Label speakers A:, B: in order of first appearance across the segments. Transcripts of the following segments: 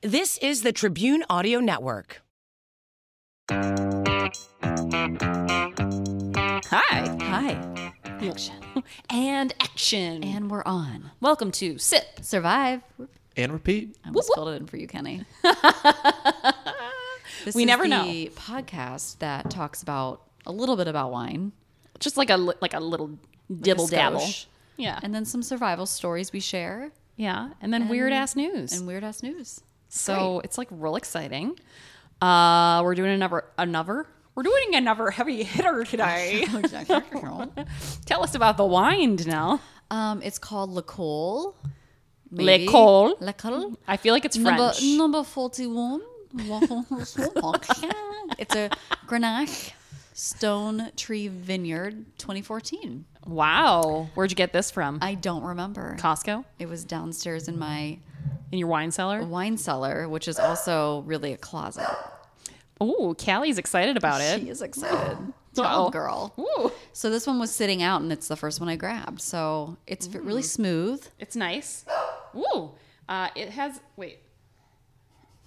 A: This is the Tribune Audio Network.
B: Hi.
C: Hi.
B: Action. And action.
C: And we're on.
B: welcome to Sip.
C: Survive.
D: and repeat.
C: I almost spelled it in for you, Kenny. This
B: We
C: is
B: never
C: the
B: know.
C: podcast that talks about a little bit about wine
B: Just like a li- like a little dibble dabble.
C: skosh.
B: Yeah.
C: and then some survival stories we share
B: yeah. And then weird ass news.
C: and weird ass news.
B: so it's like real exciting. Uh we're doing another another we're doing another heavy hitter today. Tell us about the wine now.
C: um, it's called Le Col.
B: Le Col.
C: Le Col.
B: I feel like it's
C: Number,
B: French.
C: number 41. it's a Grenache Stone Tree Vineyard 2014.
B: Wow. Where'd you get this from?
C: I don't remember.
B: Costco?
C: It was downstairs in my
B: In your wine cellar?
C: wine cellar, which is also really a closet.
B: Oh, Callie's excited about
C: She
B: it.
C: is excited.
B: Wow.
C: Tall girl.
B: Ooh.
C: So this one was sitting out, and it's the first one I grabbed. So it's v- really
B: Mm.
C: smooth.
B: It's nice. Ooh. Uh, it has wait.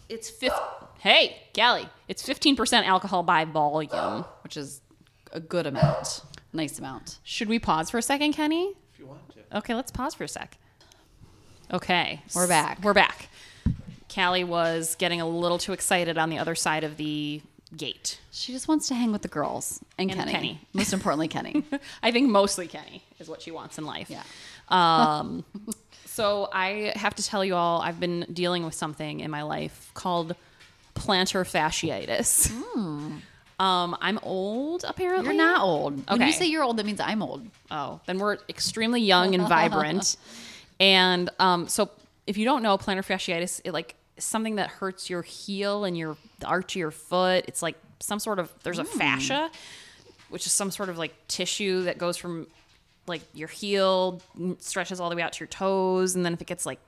B: It's fif Hey, Gally. It's fifteen percent alcohol by volume.
C: which is a good amount, nice amount.
B: Should we pause for a second, Kenny?
D: If you want to.
B: Okay, let's pause for a sec. Okay.
C: We're
B: S-
C: back.
B: We're back. Callie was getting a little too excited on the other side of the gate.
C: She just wants to hang with the girls and,
B: And
C: Kenny.
B: Kenny.
C: Most importantly, Kenny.
B: I think mostly Kenny is what she wants in life.
C: Yeah.
B: Um, so I have to tell you all, I've been dealing with something in my life called plantar fasciitis. Um, I'm old, apparently.
C: Hmm. You're not old. When
B: Okay.
C: you say you're old, that means I'm old.
B: Oh, then we're extremely young and vibrant. and um, so, if you don't know, plantar fasciitis, it like is something that hurts your heel and your the arch of your foot. It's like some sort of there's a fascia, which is some sort of like tissue that goes from like your heel mm, stretches all the way out to your toes, and then if it gets like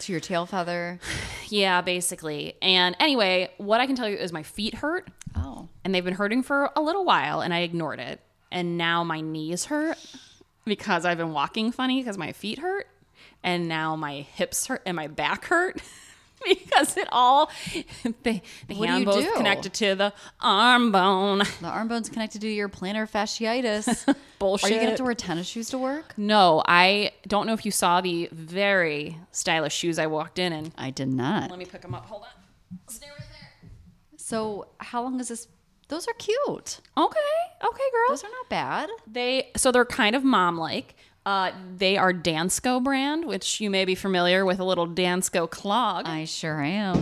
C: To your tail feather.
B: yeah, basically. And anyway, what I can tell you is my feet hurt
C: Oh.
B: and they've been hurting for a little while and I ignored it. And now my knees hurt because I've been walking funny because my feet hurt. And now my hips hurt and my back hurt because it all the, the
C: What do
B: hand
C: you
B: bone's
C: do?
B: connected to the arm bone.
C: The arm bone's connected to your plantar fasciitis. Are
B: Bullshit.
C: you going to have to wear tennis shoes to work?
B: no, I don't know if you saw the very stylish shoes I walked in in.
C: I did not.
B: Let me pick them up. Hold on. Stay right there.
C: So, how long is this? Those are cute.
B: Okay. Okay, girl.
C: Those are not bad.
B: They so they're kind of mom like. Uh, they are Dansko brand, which you may be familiar with a little Dansko clog. I,
C: I sure am.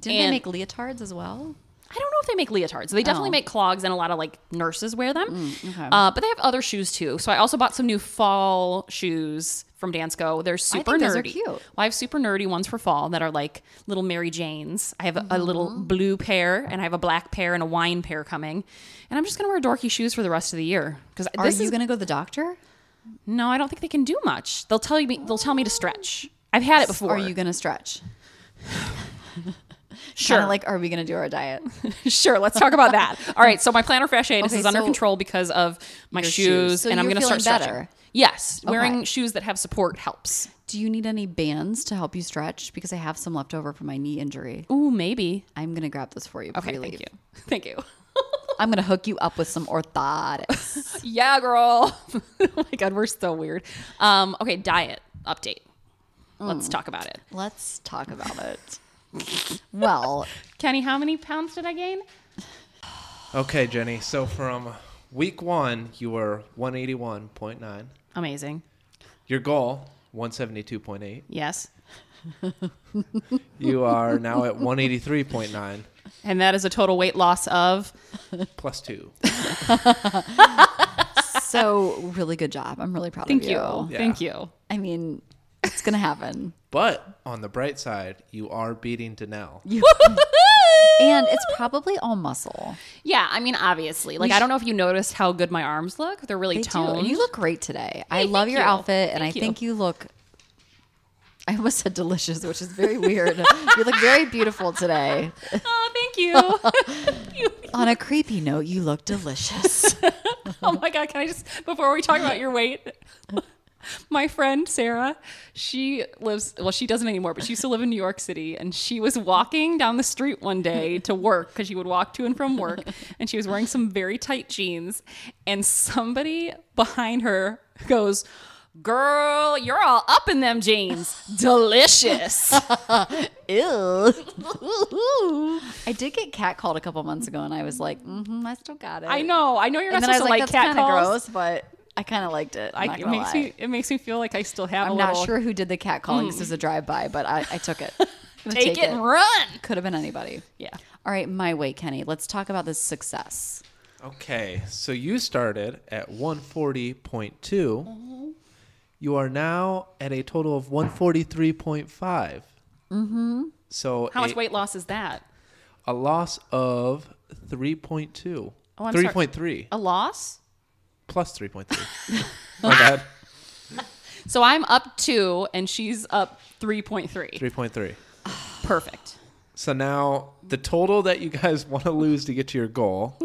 C: Didn't
B: And-
C: they make leotards as well?
B: don't know if they make leotards. They definitely
C: Oh. Mm,
B: make clogs, and a lot of like nurses wear them. uh, but they have other shoes too. So I also bought some new fall shoes from Dansko. They're super
C: think
B: nerdy.
C: those are cute.
B: Well, I have super nerdy ones for fall that are like little Mary Janes. I have a, a little
C: Mm-hmm.
B: blue pair, and I have a black pair and a wine pair coming. And I'm just gonna wear dorky shoes for the rest of the year because
C: Are
B: this
C: you
B: is
C: going to go to the doctor?
B: No, I don't think they can do much. They'll tell you. They'll tell me to stretch. I've had it before.
C: Are you going to stretch?
B: sure?
C: Kinda like, are we going to do our diet?
B: sure. Let's talk about that. All right. So my plantar fasciitis
C: Okay,
B: is under
C: so-
B: control because of my
C: Your
B: shoes,
C: shoes. So
B: and I'm
C: you're
B: going to
C: feeling
B: start stretching.
C: better?
B: Yes, wearing
C: Okay.
B: shoes that have support helps.
C: Do you need any bands to help you stretch? Because I have some left over from my knee injury.
B: Ooh, maybe.
C: I'm gonna grab this for you.
B: Okay.
C: before you
B: Thank
C: leave.
B: you. Thank you.
C: I'm gonna hook you up with some orthotics.
B: Yeah, girl. oh my god, we're so weird. Um. Okay. Diet update.
C: Mm.
B: Let's talk about it.
C: Let's talk about it. Well,
B: Kenny, how many pounds did I gain?
D: Okay, Jenny. So from week one, you were 181.9.
B: Amazing.
D: Your goal, 172.8.
B: Yes.
D: You are now at 183.9
B: And that is a total weight loss of
D: plus two.
C: so really good job. I'm really proud
B: thank
C: of
B: you,
C: you.
D: Yeah.
B: thank you.
C: I mean, it's gonna happen,
D: But on the bright side, you are beating Danelle.
C: and it's probably all muscle.
B: Yeah, I mean, obviously. Like, I don't know if you noticed how good my arms look. They're really
C: They do.
B: toned.
C: You look great today. I
B: Hey,
C: love
B: thank
C: your
B: you.
C: outfit, and
B: Thank
C: I
B: you.
C: think you look. I almost said delicious, which is very weird. you look very beautiful today.
B: oh, thank you. You-
C: On a creepy note, you look delicious.
B: Oh my god, can I just before we talk about your weight? my friend Sarah, she lives, well, she doesn't anymore, but she used to live in New York City. And she was walking down the street one day to work because she would walk to and from work. And she was wearing some very tight jeans. And somebody behind her goes, Girl, you're all up in them jeans. Delicious.
C: Ew. I did get catcalled a couple months ago, and I was like, mm-hmm, I still got it.
B: I know. I know you're not
C: And then I was
B: supposed
C: like,
B: to like cat
C: that's kind of
B: calls.
C: gross, but I kind of liked it. I'm
B: I,
C: not
B: it
C: gonna
B: makes
C: lie.
B: me it makes me feel like I still have a
C: I'm
B: little Mm.
C: not sure who did the catcalling. calling. This is a drive by, but I, I took it. I'm gonna
B: take, it and run.
C: Could have been anybody.
B: Yeah.
C: All right, my way, Kenny. Let's talk about this success.
D: Okay, so you started at 140.2. You are now at a total of 143.5. Mm-hmm. So
B: Mm-hmm. How much
D: a-
B: weight loss is that?
D: A loss of 3.2.
B: Oh, I'm sorry.
D: 3.3.
B: A loss?
D: Plus 3.3. My bad.
B: So I'm up two and she's up 3.3.
D: 3.3.
B: Perfect.
D: So now the total that you guys want to lose to get to your goal,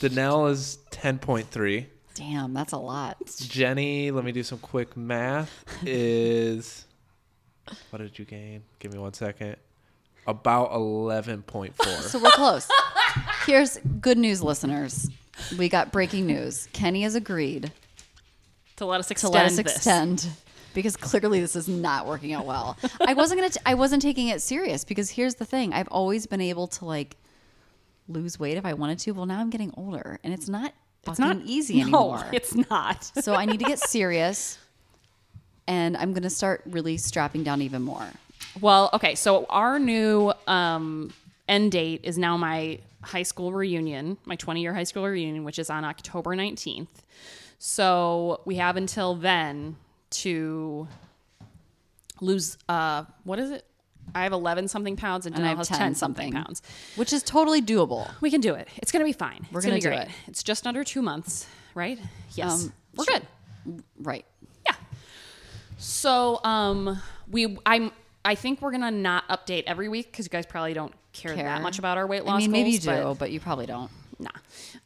D: Danelle is 10.3.
C: Damn, that's a lot.
D: Jenny, let me do some quick math, is what did you gain? Give me one second. About 11.4.
C: So we're close. Here's good news, listeners. We got breaking news. Kenny has agreed
B: To let us
C: to
B: extend
C: let us
B: this.
C: extend because clearly this is not working out well. I wasn't gonna. T- I wasn't taking it serious because here's the thing. I've always been able to like lose weight if I wanted to. Well, now I'm getting older, and it's not
B: It's
C: fucking
B: not
C: easy
B: no,
C: anymore.
B: It's not.
C: so I need to get serious, and I'm gonna start really strapping down even more.
B: Well, okay. So our new um, end date is now my high school reunion, my 20 year high school reunion, which is on October 19th. So we have until then to lose, uh, what is it? I have 11 something pounds and,
C: And I
B: Danielle
C: have
B: has
C: 10
B: 10, something
C: something.
B: pounds.
C: Which is totally doable.
B: We can do it. It's going to be fine. We're
C: gonna
B: be
C: do
B: great.
C: it.
B: It's just under two months, right? Yes.
C: Um,
B: We're
C: sure.
B: good.
C: Right.
B: Yeah. So um, we I'm I think we're gonna not update every week because you guys probably don't care,
C: Care.
B: that much about our weight loss.
C: I mean, maybe you do,
B: goals, Oh,
C: but, you probably don't.
B: but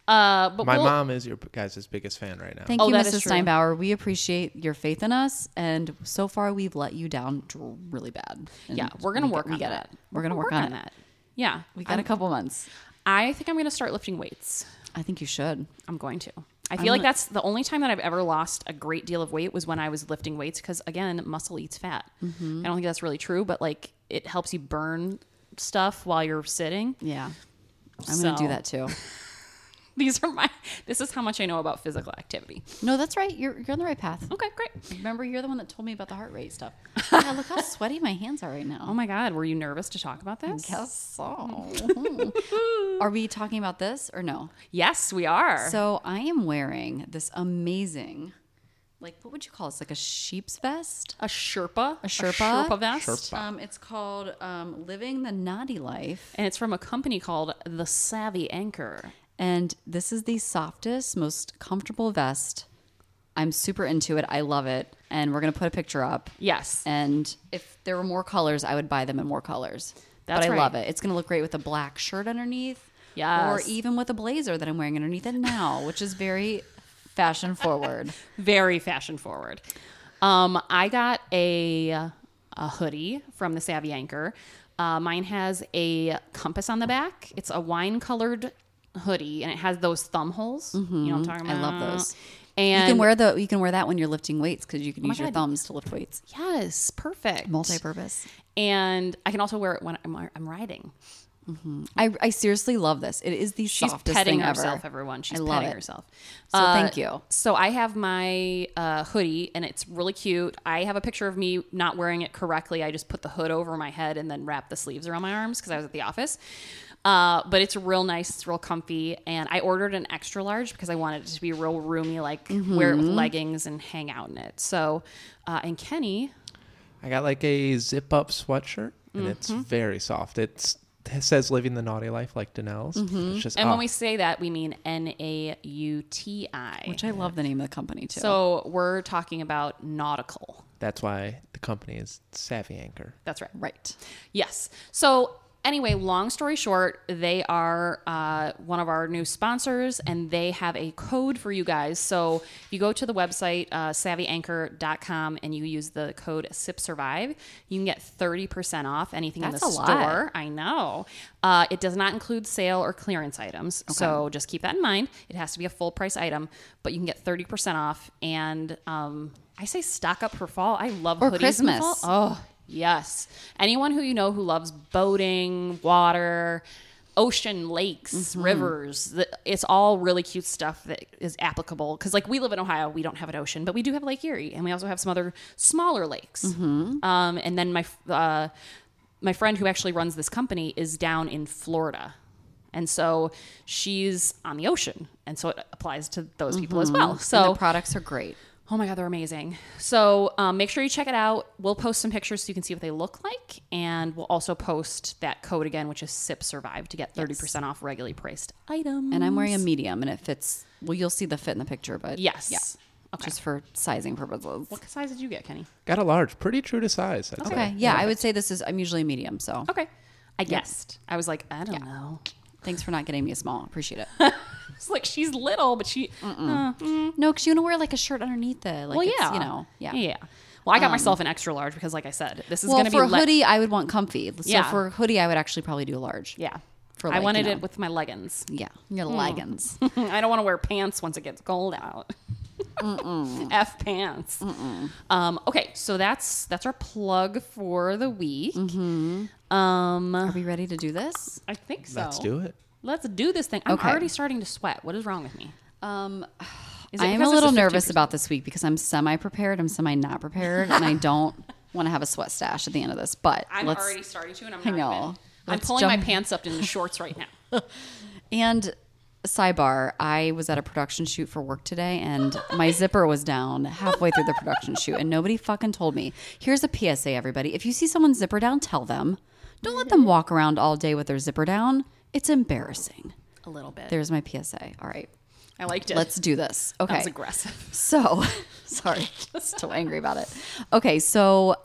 B: nah. Uh, but
D: My
B: we'll-
D: mom is your guys' biggest fan right now.
C: Thank
B: Oh,
C: you,
B: that is
C: Mrs.
B: true.
C: Steinbauer. We appreciate your faith in us, and so far we've let you down dr- really bad. And
B: Yeah, we're gonna
C: we get-
B: work.
C: We
B: on
C: get
B: that.
C: it. We're gonna
B: We'll
C: work, on, it.
B: that. Yeah,
C: We got a couple months.
B: I think I'm gonna start lifting weights.
C: I think you should.
B: I'm going to. I feel like that's the only time that I've ever lost a great deal of weight was when I was lifting weights because again, muscle eats fat.
C: Mm-hmm.
B: I don't think that's really true, but like it helps you burn stuff while you're sitting.
C: Yeah, I'm
B: So-
C: gonna do that too.
B: These are my. This is how much I know about physical activity.
C: No, that's right. You're you're on the right path.
B: Okay, great.
C: Remember, you're the one that told me about the heart rate stuff. yeah, look how sweaty my hands are right
B: Oh
C: now.
B: my God, were you nervous to talk about this?
C: Guess so. are we talking about this or no?
B: Yes, we are.
C: So I am wearing this amazing, like what would you call this? Like a sheep's vest.
B: a Sherpa, a
C: Sherpa?
B: Sherpa vest,
C: Um, it's called um, Living the Naughty Life.
B: and it's from a company called The Savvy Anchor.
C: And this is the softest, most comfortable vest. I'm super into it. I love it. And we're going to put a picture up.
B: Yes,
C: And if there were more colors, I would buy them in more colors.
B: That's
C: but I
B: right.
C: love it. It's going to look great with a black shirt underneath. Or
B: Yes.
C: even with a blazer that I'm wearing underneath it now, which is very fashion forward.
B: very fashion forward. Um, I got a a hoodie from The Savvy Anchor. Uh, mine has a compass on the back. It's a wine colored hoodie, and it has those thumb holes. You know what I'm talking
C: Mm-hmm. I
B: about?
C: love those.
B: And Oh
C: you can wear the you can wear that when you're lifting weights because you can use your
B: God.
C: thumbs to lift weights.
B: yes, perfect.
C: Multi-purpose.
B: and I can also wear it when I'm, I'm riding.
C: I, I seriously love this. It is the
B: She's
C: softest
B: petting
C: thing ever.
B: herself, everyone. She's
C: I love
B: petting
C: it.
B: herself. Uh,
C: So thank you.
B: So I have my uh, hoodie, and it's really cute. I have a picture of me not wearing it correctly. I just put the hood over my head and then wrapped the sleeves around my arms because I was at the office. Uh, but it's real nice. It's real comfy, and I ordered an extra large because I wanted it to be real roomy, like wear it with leggings and hang out in it. So, uh, and Kenny,
D: I got like a zip up sweatshirt and it's
B: Mm-hmm.
D: very soft. It's, it says living the naughty life like Danelle's. It's just
B: Mm-hmm. and
D: ah,
B: when we say that, we mean N A U T I.
C: Which I love the name of the company too.
B: So we're talking about nautical.
D: that's why the company is Savvy Anchor.
B: That's right.
C: right.
B: Yes. So Anyway, long story short, they are uh, one of our new sponsors and they have a code for you guys. So you go to the website, uh, savvyanchor.com, and you use the code SIPSurvive. You can get 30% off anything
C: That's
B: in
C: a
B: the
C: lot.
B: store. I know. Uh, it does not include sale or clearance items. So just keep that in mind. It has to be a full price item, but you can get 30% off. And um, I say stock up for fall. I love
C: Or
B: hoodies in
C: Christmas.
B: fall. Oh, yes. Anyone who you know who loves boating, water, ocean, lakes, rivers, th- it's all really cute stuff that is applicable. Because, like, we live in Ohio, we don't have an ocean, but we do have Lake Erie, and we also have some other smaller lakes. Um, and then my. f- Uh, my friend who actually runs this company is down in Florida. And so she's on the ocean. And so it applies to those people as well.
C: And
B: So,
C: the products are great.
B: oh my God, they're amazing. So um, make sure you check it out. We'll post some pictures so you can see what they look like. And we'll also post that code again, which is SIP Survive to get 30% off regularly priced item.
C: And I'm wearing a medium, and it fits. Well, you'll see the fit in the picture, but
B: Yes.
C: yeah,
B: Okay.
C: just for sizing purposes.
B: what size did you get, Kenny?
D: Got a large, pretty true to size. I'd
C: Okay, yeah, I would say this is. I'm usually a medium, so
B: Okay. I guessed. I was like, I don't know.
C: thanks for not getting me a small. Appreciate it.
B: It's like she's little, but she.
C: no, because you want to wear like a shirt underneath it. Like
B: Well,
C: it's,
B: yeah,
C: you know, yeah.
B: yeah. Well, I got myself an extra large because, like I said, this is
C: Well,
B: going to be
C: for a
B: le-
C: hoodie, I would want comfy. So
B: Yeah.
C: for a hoodie, I would actually probably do a large.
B: Yeah,
C: For
B: I
C: like,
B: wanted
C: you
B: it
C: know.
B: with my leggings.
C: yeah, Hmm. your leggings.
B: I don't want to wear pants once it gets cold out. F pants. Um, okay, so that's that's our plug for the week. Mm-hmm. Um,
C: Are we ready to do this?
B: I think so.
D: say. Let's do it.
B: Let's do this thing. I'm
C: Okay.
B: already starting to sweat. What is wrong with me?
C: Um,
B: Is
C: I am a
B: because it's
C: little
B: the
C: nervous
B: 15%?
C: about this week because I'm semi prepared, I'm semi not prepared, and I don't want to have a sweat stash at the end of this. But
B: I'm
C: let's
B: already starting to, and I'm.
C: I
B: Not even-
C: know.
B: I'm
C: Let's
B: pulling my
C: jump-
B: pants up into shorts right now.
C: And sidebar, I was at a production shoot for work today and my zipper was down halfway through the production shoot and nobody fucking told me. Here's a PSA, everybody. If you see someone's zipper down, tell them. Don't let them walk around all day with their zipper down. It's embarrassing.
B: A little bit.
C: There's my PSA. All right.
B: I liked it.
C: Let's do this. Okay.
B: That was aggressive.
C: So, sorry, still angry about it. Okay, so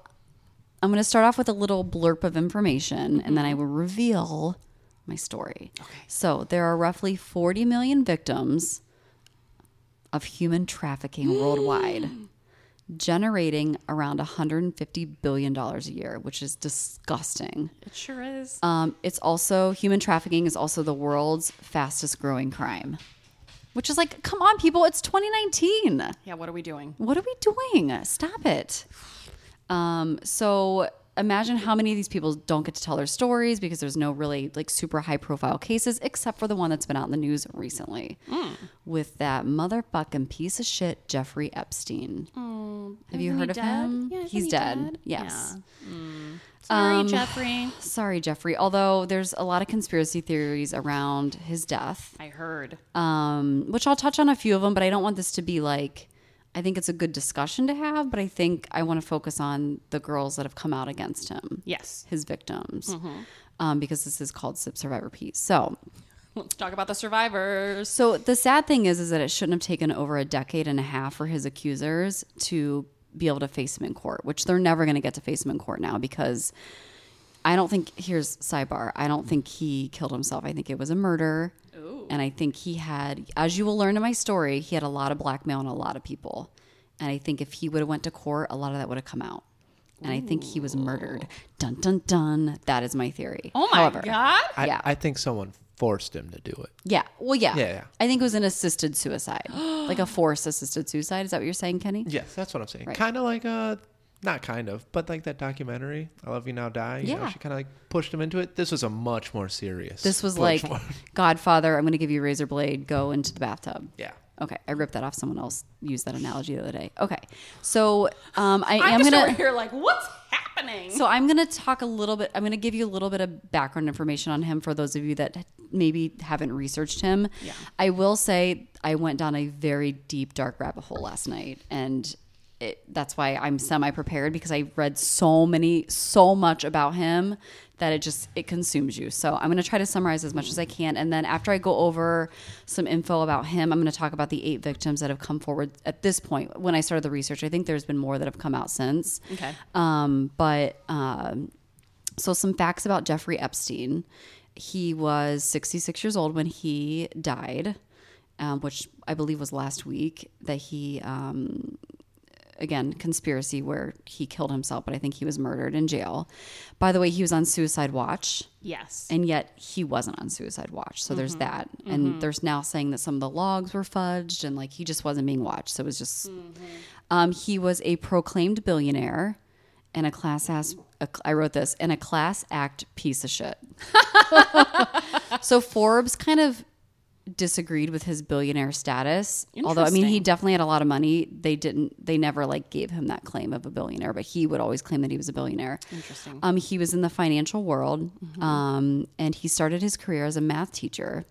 C: I'm going to start off with a little blurb of information and then I will reveal my story. Okay. So, there are roughly 40 million victims of human trafficking worldwide, generating around 150 billion dollars a year, which is disgusting.
B: It sure is.
C: Um, it's also human trafficking is also the world's fastest growing crime. Which is like, come on, people, it's 2019.
B: Yeah, what are we doing?
C: What are we doing? Stop it. Um, so imagine how many of these people don't get to tell their stories because there's no really like super high profile cases except for the one that's been out in the news recently
B: Mm.
C: with that motherfucking piece of shit Jeffrey Epstein. Have you
B: Oh, Isn't he
C: heard of
B: dead?
C: him?
B: Yeah, isn't
C: He's
B: he
C: dead.
B: dead?
C: Yes.
B: Sorry, Jeffrey.
C: Sorry, Jeffrey. Although there's a lot of conspiracy theories around his death.
B: I heard.
C: um, which I'll touch on a few of them, but I don't want this to be like, I think it's a good discussion to have, but I think I want to focus on the girls that have come out against him.
B: Yes.
C: His victims. Um, because this is called Sip Survivor Peace. So,
B: Let's talk about the survivors.
C: so the sad thing is, is that it shouldn't have taken over a decade and a half for his accusers to be able to face him in court, which they're never going to get to face him in court now because I don't think. Here's sidebar. I don't think he killed himself. I think it was a murder, and I think he had, as you will learn in my story, he had a lot of blackmail on a lot of people, and I think if he would have went to court, a lot of that would have come out. And I think he was murdered. Dun dun dun. That is my theory.
B: Oh my
C: However,
B: God.
D: I,
C: Yeah.
D: I think someone forced him to do it.
C: yeah. Well, yeah.
D: Yeah, yeah.
C: I think it was an assisted suicide, like a forced assisted suicide. Is that what you're saying, Kenny?
D: Yes, that's what I'm saying. Kind of like a, not kind of, but like that documentary, "I Love You Now Die." You know,
C: Yeah.
D: she kind of like pushed him into it. This was a much more serious.
C: This was like
D: much more-
C: Godfather. I'm going to give you a razor blade. Go into the bathtub.
D: yeah.
C: Okay, I ripped that off. Someone else used that analogy the other day. Okay, so um, I
B: I'm
C: am
B: just
C: gonna.
B: over here like, what's happening?
C: So I'm gonna talk a little bit. I'm gonna give you a little bit of background information on him for those of you that maybe haven't researched him. Yeah. I will say I went down a very deep dark rabbit hole last night, and it, that's why I'm semi prepared because I read so many, so much about him that it just it consumes you. So I'm gonna try to summarize as much as I can, and then after I go over some info about him, I'm gonna talk about the eight victims that have come forward at this point. When I started the research, I think there's been more that have come out since.
B: Okay.
C: Um, but um, So, some facts about Jeffrey Epstein. He was 66 years old when he died, um, which I believe was last week that he, um, again, conspiracy where he killed himself, but I think he was murdered in jail. By the way, he was on suicide watch
B: Yes.
C: and yet he wasn't on suicide watch. So there's that. And there's now saying that some of the logs were fudged and like he just wasn't being watched. So it was just um, he was a proclaimed billionaire and a class ass a, I wrote this and a class act piece of shit. so Forbes kind of disagreed with his billionaire status. Although I mean he
B: Interesting.
C: definitely had a lot of money. They didn't they never like gave him that claim of a billionaire, but he would always claim that he was a billionaire. Interesting. Um he was in the financial world. Um and he started his career as a math teacher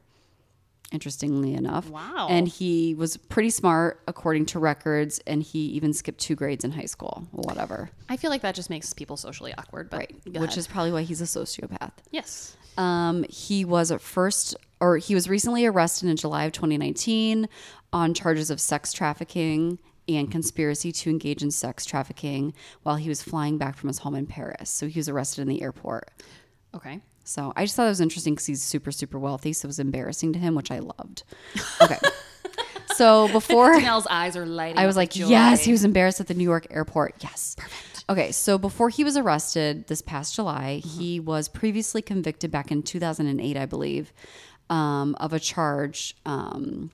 C: interestingly enough.
B: Wow.
C: And he was pretty smart according to records, and he even skipped two grades in high school, whatever.
B: I feel like that just makes people socially awkward, but
C: Right.
B: go
C: Which
B: ahead.
C: is probably why he's a sociopath.
B: yes.
C: Um, he was at first, or he was recently arrested in July of 2019 on charges of sex trafficking and conspiracy to engage in sex trafficking while he was flying back from his home in Paris. So he was arrested in the airport.
B: Okay.
C: So I just thought that was interesting because he's super, super wealthy. So it was embarrassing to him, which I loved. Okay. so before.
B: Janelle's eyes are lighting.
C: I
B: up
C: was
B: with
C: like,
B: joy.
C: yes, he was embarrassed at the New York airport. Yes. Perfect. Okay, so before he was arrested this past July, he was previously convicted back in 2008, I believe, um, of a charge um,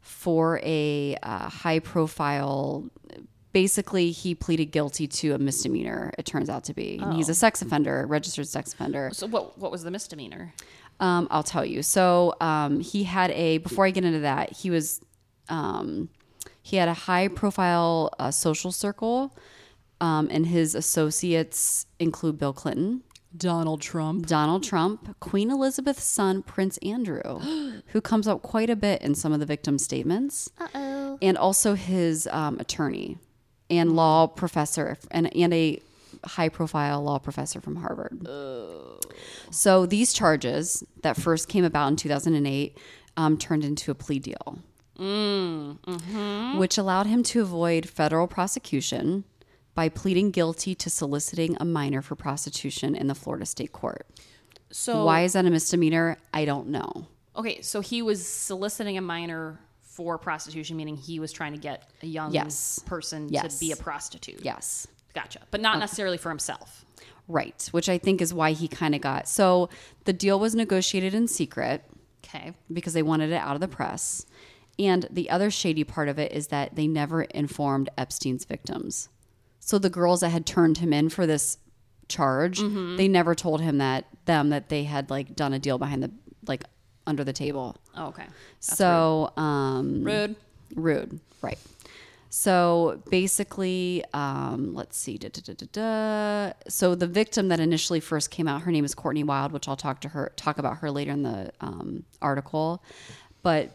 C: for a uh, high profile. Basically, he pleaded guilty to a misdemeanor, it turns out to be. And he's a sex offender, registered sex offender.
B: So what? What was the misdemeanor?
C: Um, I'll tell you. So um, he had a. Before I get into that, he was. Um, he had a high-profile uh, social circle, um, and his associates include Bill Clinton,
B: Donald Trump.
C: Donald Trump, Queen Elizabeth's son, Prince Andrew, who comes up quite a bit in some of the victim statements, Uh-oh. and also his um, attorney and law professor and, and a high profile law professor from Harvard. So these charges that first came about in 2008 um, turned into a plea deal, which allowed him to avoid federal prosecution by pleading guilty to soliciting a minor for prostitution in the Florida state court.
B: So
C: Why is that a misdemeanor? I don't know.
B: Okay, so he was soliciting a minor for prostitution, meaning he was trying to get a young
C: Yes.
B: person
C: Yes.
B: to be a prostitute.
C: Yes.
B: Gotcha. But not necessarily for himself.
C: Right. Which I think is why he kind of got. So the deal was negotiated in secret
B: Okay.
C: because they wanted it out of the press. And the other shady part of it is that they never informed Epstein's victims. So the girls that had turned him in for this charge,
B: Mm-hmm.
C: they never told him that them that they had like done a deal behind the like under the table.
B: Oh, okay.
C: so um
B: Rude.
C: Rude, right. So basically, um, let's see. Da, da, da, da, da. So the victim that initially first came out, her name is Courtney Wild, which I'll talk to her talk about her later in the um, article. But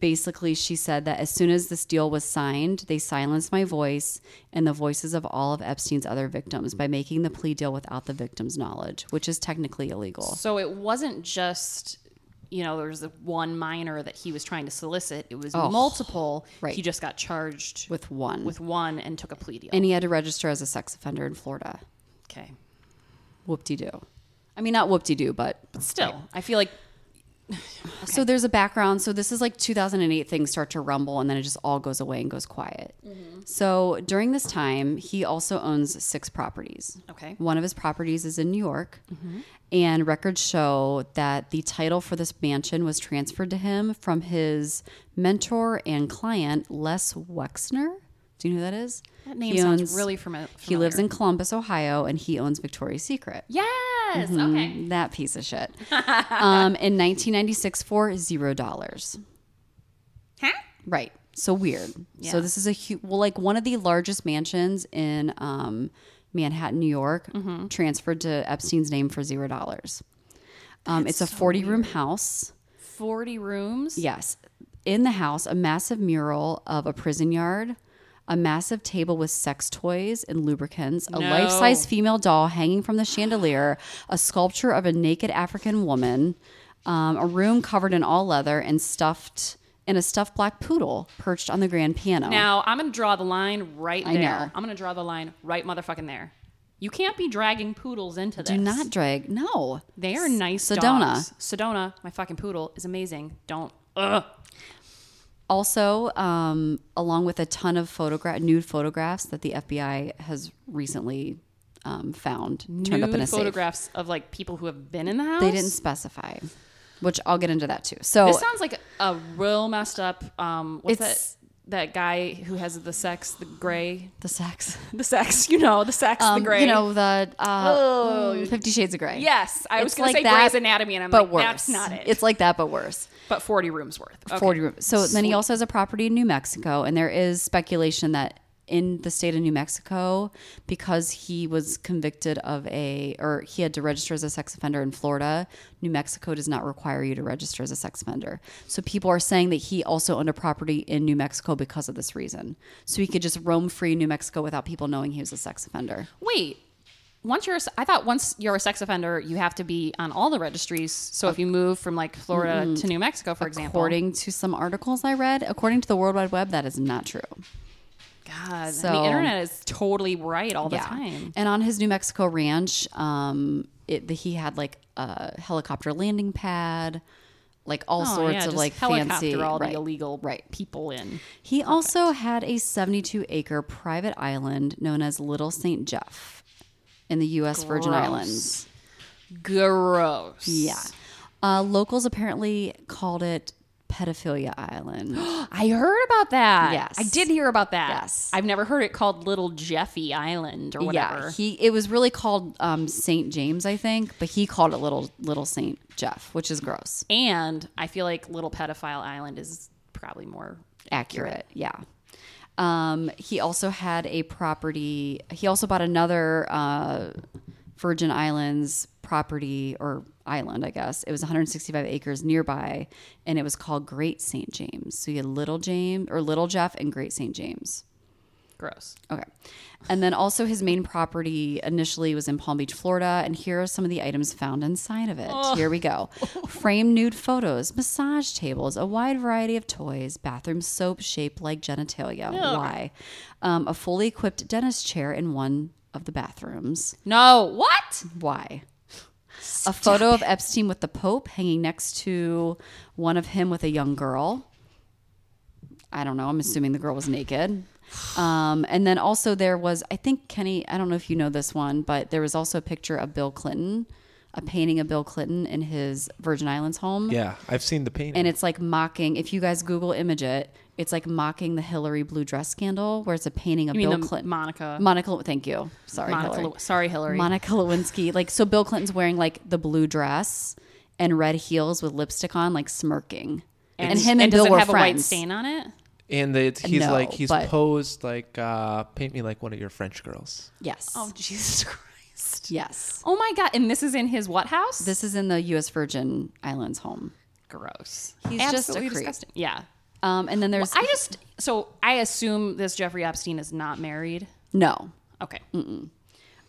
C: basically, she said that as soon as this deal was signed, they silenced my voice and the voices of all of Epstein's other victims by making the plea deal without the victim's knowledge, which is technically illegal.
B: So it wasn't just, you know, there was the one minor that he was trying to solicit. It was multiple.
C: Oh, right.
B: He just got charged with,
C: With one,
B: with one and took a plea deal.
C: and he had to register as a sex offender in Florida.
B: okay.
C: Whoop de doo. I mean, not whoop de doo, but
B: But still, I feel like
C: So there's a background. So this is like 2008 things start to rumble and then it just all goes away and goes quiet.
B: Mm-hmm.
C: So during this time, he also owns six properties.
B: Okay. Mm-hmm.
C: One of his properties is in New York. And records show that the title for this mansion was transferred to him from his mentor and client, Les Wexner. Do you know who that is?
B: that name
C: He
B: sounds
C: owns-
B: really familiar.
C: He lives in Columbus, Ohio, and he owns Victoria's Secret.
B: Yes.
C: Mm-hmm.
B: Okay.
C: That piece of shit. um, in 1996, for zero dollars.
B: Huh?
C: Right. So weird. So this is a huge, well, like one of the largest mansions in um, Manhattan, New York, transferred to Epstein's name for zero dollars. Um, it's a 40 room house.
B: 40 rooms.
C: Yes. In the house, a massive mural of a prison yard, a massive table with sex toys and lubricants, a
B: No.
C: life size female doll hanging from the chandelier, a sculpture of a naked African woman, um, a room covered in all leather and stuffed. And a stuffed black poodle perched on the grand piano.
B: Now I'm gonna draw the line right there.
C: know.
B: I'm gonna draw the line right motherfucking there. You can't be dragging poodles into this.
C: Do not drag. No.
B: They are nice
C: Sedona.
B: dogs. Sedona, my fucking poodle, is amazing. Don't. Ugh.
C: Also, um, along with a ton of photograph nude photographs that the FBI has recently um, found turned up in a
B: Nude
C: safe.
B: photographs of like people who have been in the house.
C: They didn't specify, which I'll get into that too. So
B: This sounds like a real messed up. Um, what's
C: It's-
B: that? That guy who has the sex, the gray,
C: the sex,
B: the sex. You know, the sex, the
C: um,
B: gray.
C: you know the uh, Fifty Shades of Grey.
B: Yes, I was
C: It's
B: gonna say Grey's Anatomy, and I'm
C: but
B: like,
C: worse.
B: that's not it.
C: It's like that, but worse.
B: but forty rooms worth. Okay.
C: 40 rooms. So then he also has a property in New Mexico, and there is speculation that in the state of New Mexico, because he was convicted of a, or he had to register as a sex offender in Florida, New Mexico does not require you to register as a sex offender. So people are saying that he also owned a property in New Mexico because of this reason. So he could just roam free in New Mexico without people knowing he was a sex offender.
B: Wait. Once you're, a se- I thought once you're a sex offender, you have to be on all the registries. So if you move from like Florida to New Mexico, for example,
C: According to some articles I read, according to the World Wide Web, that is not true.
B: God, and
C: So-
B: the internet is totally right all the time.
C: And on his New Mexico ranch, um, it, the, he had like a helicopter landing pad, like all
B: Oh,
C: sorts
B: yeah,
C: of
B: just
C: like
B: helicopter
C: fancy.
B: all
C: right.
B: the illegal
C: right.
B: people in.
C: He also had a 72 acre private island known as Little St. Jeff in the U.S. Virgin
B: Gross.
C: Islands.
B: Gross.
C: Yeah. Uh, locals apparently called it Pedophilia Island.
B: I heard about that.
C: Yes.
B: I did hear about that.
C: Yes.
B: I've never heard it called Little Jeffy Island or whatever.
C: Yeah, he it was really called um, St. James, I think, but he called it Little Little St. Jeff, which is gross.
B: and I feel like Little Pedophile Island is probably more.
C: accurate. Yeah. Um, he also had a property. He also bought another uh, Virgin Islands property or island, I guess. It was 165 acres nearby, and it was called Great St. James. So you had Little James or Little Jeff and Great St. James.
B: Gross.
C: Okay. And then also his main property initially was in Palm Beach, Florida. And here are some of the items found inside of it. Here we go frame nude photos, massage tables, a wide variety of toys, bathroom soap shaped like genitalia. Why? Um, a fully equipped dentist chair in one of the bathrooms.
B: No. What?
C: Why? A photo of Epstein with the Pope hanging next to one of him with a young girl. I don't know. I'm assuming the girl was naked. Um, and then also there was, I think Kenny, I don't know if you know this one, but there was also a picture of Bill Clinton, a painting of Bill Clinton in his Virgin Islands home.
D: Yeah, I've seen the painting.
C: And it's like mocking, if you guys Google image it, it's like mocking the Hillary blue dress scandal, where it's a painting of
B: You mean
C: Bill
B: the
C: Clinton.
B: Monica-
C: Monica, thank you. Sorry,
B: Monica
C: Hillary.
B: Lew- sorry, Hillary.
C: Monica Lewinsky. Like, so Bill Clinton's wearing like the blue dress and red heels with lipstick on, like smirking. And, him and,
B: does
C: Bill
B: it
C: were
B: have
C: friends.
B: a white stain on it?
D: and it's, he's
C: No,
D: like he's
C: but-
D: posed like uh, paint me like one of your French girls.
C: Yes.
B: Oh. Jesus Christ.
C: Yes.
B: Oh my God. And this is in his what house?
C: This is in the U.S. Virgin Islands home.
B: gross.
C: He's just a creep.
B: Yeah.
C: Um, and then there's
B: I just, so I assume this Jeffrey Epstein is not married.
C: no.
B: Okay.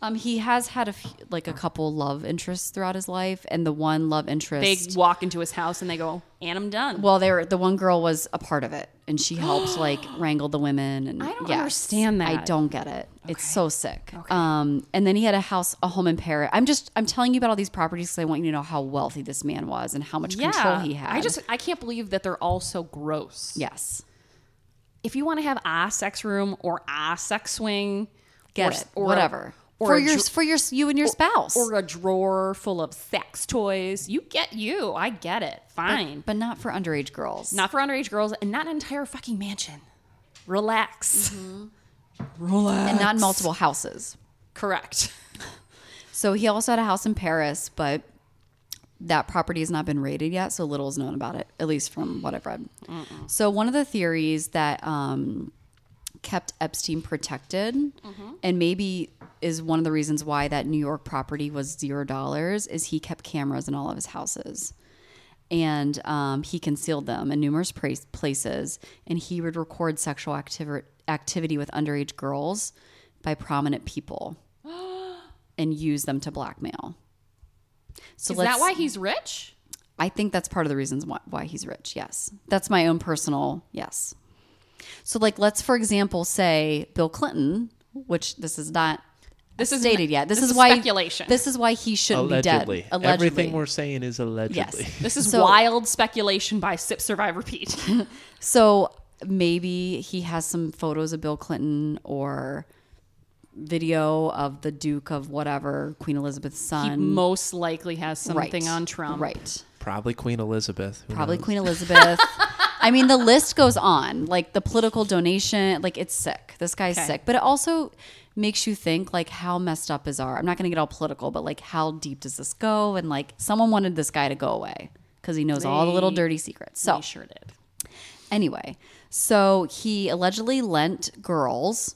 C: Um, he has had a few, like a couple love interests throughout his life, and the one love
B: They
C: interest.
B: walk into his house and they go, and I'm done.
C: well, they were the one girl was a part of it, and she helped like wrangle the women. And
B: I don't
C: yes.
B: understand
C: I
B: that.
C: don't get it. It's so sick. Um, and then he had a house, a home in Paris. I'm just, I'm telling you about all these properties because I want you to know how wealthy this man was and how much control he had.
B: I just, I can't believe that they're all so gross.
C: yes,
B: If you want to have a sex room or a sex swing,
C: get
B: or,
C: it,
B: or a-
C: whatever.
B: or
C: for
B: a
C: your,
B: dr-
C: for your, you and your spouse,
B: or a drawer full of sex toys. You get you. I get it. Fine.
C: but not for underage girls.
B: not for underage girls and not an entire fucking mansion. Relax.
C: Mm-hmm.
B: Relax.
C: and not in multiple houses.
B: Correct.
C: So he also had a house in Paris, but that property has not been rated yet, so little is known about it, at least from what I've read. So one of the theories that um, kept Epstein protected,
B: Mm-hmm.
C: and maybe is one of the reasons why that New York property was zero dollars, is he kept cameras in all of his houses. And um, he concealed them in numerous pra- places, and he would record sexual activi- activity with underage girls by prominent people and use them to blackmail. So
B: Is that why he's rich?
C: I think that's part of the reasons why, why he's rich. Yes. That's my own personal yes. So, like, let's, for example, say Bill Clinton, which this is not
B: This is
C: stated yet. This,
B: this
C: is,
B: is
C: why
B: speculation.
C: This is why he shouldn't
D: Allegedly.
C: be dead. Allegedly,
D: Everything we're saying is allegedly.
C: Yes.
B: This is
C: So-
B: wild speculation by Sip Survivor Pete.
C: So maybe he has some photos of Bill Clinton or video of the Duke of whatever, Queen Elizabeth's
B: he
C: son.
B: most likely has
C: Right.
B: something on Trump.
C: Right.
D: Probably Queen Elizabeth. Who
C: Probably
D: knows?
C: Queen Elizabeth. I mean, the list goes on. Like the political donation, like it's sick. This guy's
B: Okay.
C: sick. But it also makes you think like how messed up is our I'm not gonna get all political, but like how deep does this go? And like someone wanted this guy to go away because he knows all the little
B: They-
C: dirty secrets. So
B: He sure did.
C: Anyway, so he allegedly lent girls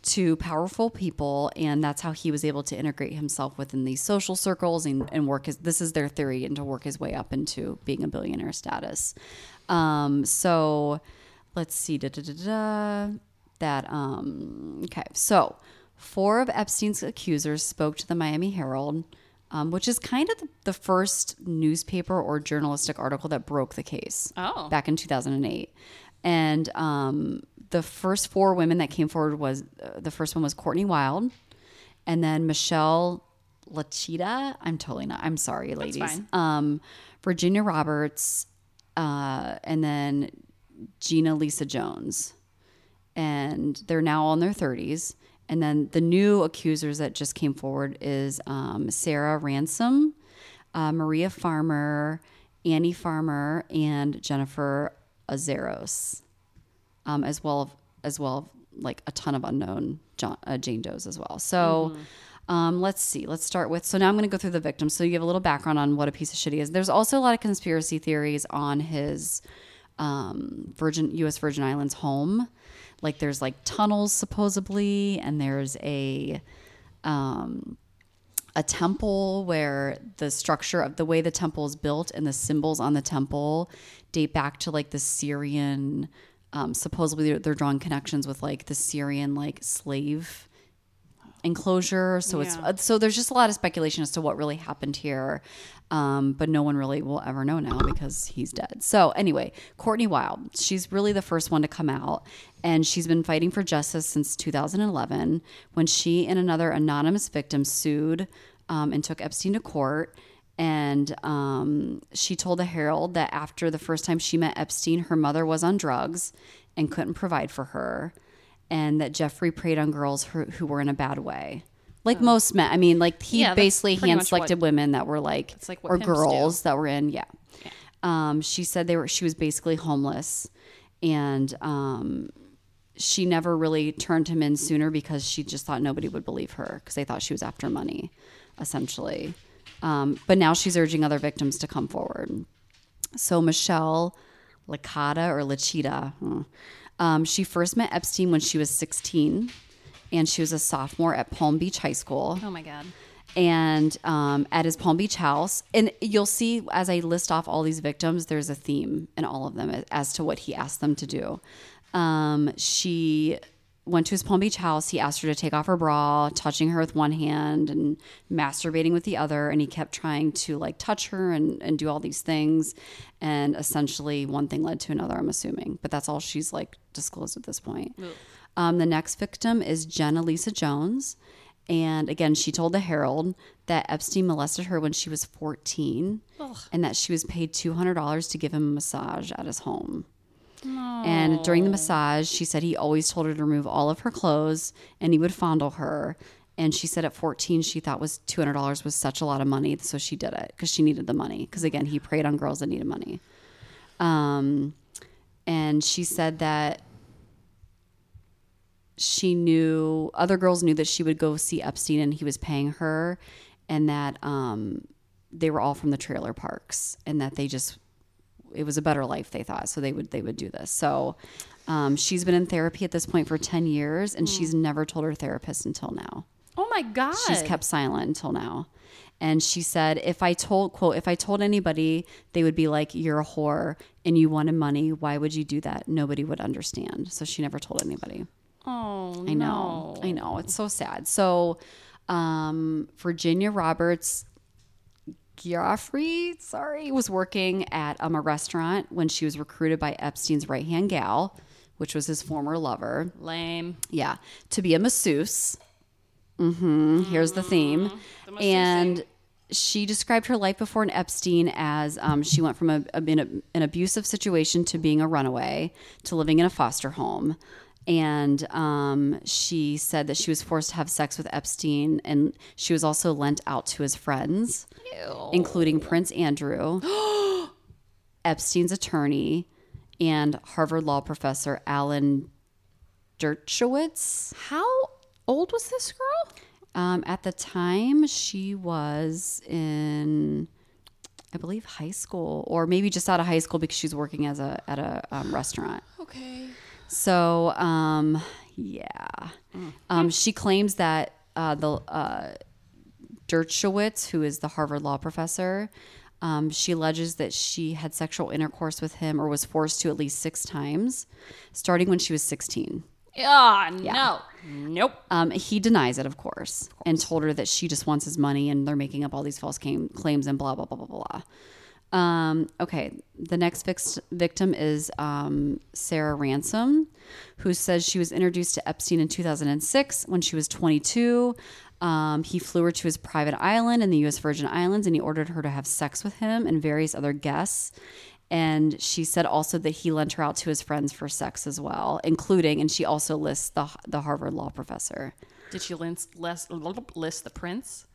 C: to powerful people, and that's how he was able to integrate himself within these social circles and, and work his. This is their theory, and to work his way up into being a billionaire status. Um, so let's see, da da da da. That um, okay, so four of Epstein's accusers spoke to the Miami Herald. Um, which is kind of the, the first newspaper or journalistic article that broke the case
B: Oh.
C: back in 2008 and um, the first four women that came forward was uh, the first one was courtney wild and then michelle lachita i'm totally not i'm sorry ladies
B: fine.
C: Um, virginia roberts uh, and then gina lisa jones and they're now all in their 30s and then the new accusers that just came forward is um, sarah ransom uh, maria farmer annie farmer and jennifer azeros um, as well as well like a ton of unknown John, uh, Jane Does as well. So um, let's see. Let's start with. So now I'm going to go through the victims. So you have a little background on what a piece of shit he is. There's also a lot of conspiracy theories on his um, Virgin U.S. Virgin Islands home. Like there's like tunnels supposedly, and there's a um, a temple where the structure of the way the temple is built and the symbols on the temple date back to like the Syrian. Um, supposedly, they're, they're drawing connections with like the Syrian like slave enclosure. So it's
B: Yeah.
C: uh, so there's just a lot of speculation as to what really happened here, um, but no one really will ever know now because he's dead. So anyway, Courtney Wild, she's really the first one to come out, and she's been fighting for justice since 2011 when she and another anonymous victim sued um, and took Epstein to court. And um, she told the Herald that after the first time she met Epstein, her mother was on drugs and couldn't provide for her and that Jeffrey preyed on girls who, who were in a bad way. Like most men, I mean, like he
B: Oh. Yeah, that's
C: basically
B: pretty
C: hand
B: much what-
C: selected women that were like,
B: That's like what
C: or
B: pimps do.
C: girls that were in, yeah. Um, she said they were. She was basically homeless, and um, she never really turned him in sooner because she just thought nobody would believe her because they thought she was after money, essentially. Um, but now she's urging other victims to come forward. So Michelle Licata or Lachita, hmm, um, she first met Epstein when she was 16, and she was a sophomore at Palm Beach High School
B: Oh my God.
C: and um, at his Palm Beach house. And you'll see as I list off all these victims, there's a theme in all of them as, as to what he asked them to do. Um, she went to his Palm Beach house. He asked her to take off her bra, touching her with one hand and masturbating with the other. And he kept trying to like touch her and, and do all these things. And essentially, one thing led to another, I'm assuming. But that's all she's like disclosed at this point. Um, the next victim is Jenna Lisa Jones. And again, she told the Herald that Epstein molested her when she was 14 and that she was paid $200 to give him a massage at his home. And during the massage, she said he always told her to remove all of her clothes and he would fondle her. And she said at 14, she thought was $200 was such a lot of money. So she did it because she needed the money. Because again, he preyed on girls that needed money. Um, and she said that she knew other girls knew that she would go see Epstein and he was paying her and that um they were all from the trailer parks and that they just it was a better life they thought so they would they would do this so um, she's been in therapy at this point for 10 years and she's never told her therapist until now
B: Oh my God.
C: She's kept silent until now. And she said, if I told, quote, if I told anybody, they would be like, you're a whore and you wanted money. Why would you do that? Nobody would understand. So she never told anybody.
B: Oh,
C: I know. I know. It's so sad. So um, Virginia Roberts Giaffrey, sorry, was working at um, a restaurant when she was recruited by Epstein's right hand gal, which was his former lover.
B: lame.
C: Yeah, to be a masseuse. Mm-hmm, Here's the theme. And she described her life before an Epstein as um, she went from a, a- in a- an abusive situation to being a runaway to living in a foster home. And um, she said that she was forced to have sex with Epstein, and she was also lent out to his friends, including Prince Andrew, Epstein's attorney, and Harvard Law professor Alan Dershowitz.
B: How old was this girl?
C: Um, at the time, she was in, I believe, high school, or maybe just out of high school because she's working as a at a um, restaurant.
B: Okay.
C: So, um, yeah,
B: Mm.
C: um, she claims that uh, the uh, Dershowitz, who is the Harvard law professor, um, she alleges that she had sexual intercourse with him or was forced to at least six times, starting when she was sixteen.
B: Ah, no. Nope.
C: Um, he denies it, of course, and told her that she just wants his money and they're making up all these false cam- claims and blah, blah, blah, blah, blah. Um, okay, the next vix- victim is um, Sarah Ransom, who says she was introduced to Epstein in 2006 when she was 22. Um, he flew her to his private island in the U.S. Virgin Islands and he ordered her to have sex with him and various other guests. And she said also that he lent her out to his friends for sex as well, including, and she also lists the, the Harvard law professor.
B: Did she list, list, list the prince?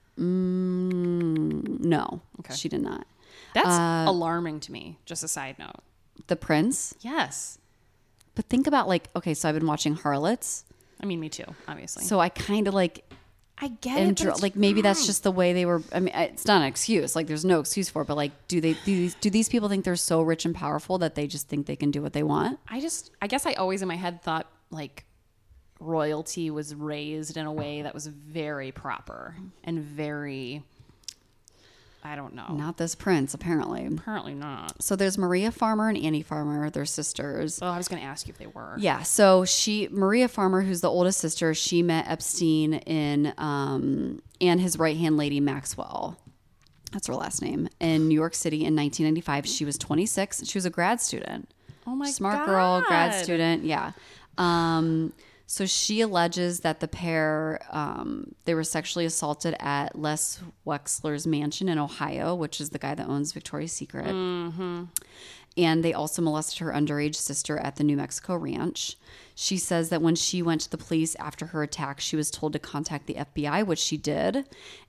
C: No, she did not.
B: That's
C: Uh,
B: alarming to me. Just a side note.
C: The prince.
B: Yes.
C: But think about like, okay, so I've been watching Harlots.
B: I mean, me too, obviously.
C: So I kind of like
B: I get
C: and dr- like maybe that's just the way they were. I mean, I- it's not an excuse. Like, there's no excuse for it. But like, do they do these, do these people think they're so rich and powerful that they just think they can do what they want?
B: I just, I guess I always in my head thought like royalty was raised in a way that was very proper and very, I don't know.
C: Not this prince, apparently.
B: Apparently not.
C: So there's Maria Farmer and Annie Farmer. They're sisters.
B: So I was going to ask you if they were.
C: Yeah. So she, Maria Farmer, who's the oldest sister, she met Epstein in, um, and his right hand lady, Maxwell. That's her last name. In New York City in 1995. She was 26. She was a grad student.
B: Oh my
C: Smart girl, grad
B: God.
C: student. Yeah. Um, so she alleges that the pair um, they were sexually assaulted at Les Wexler's mansion in Ohio, which is the guy that owns Victoria's Secret and they also molested her underage sister at the New Mexico ranch. She says that when she went to the police after her attack, she was told to contact the FBI, which she did.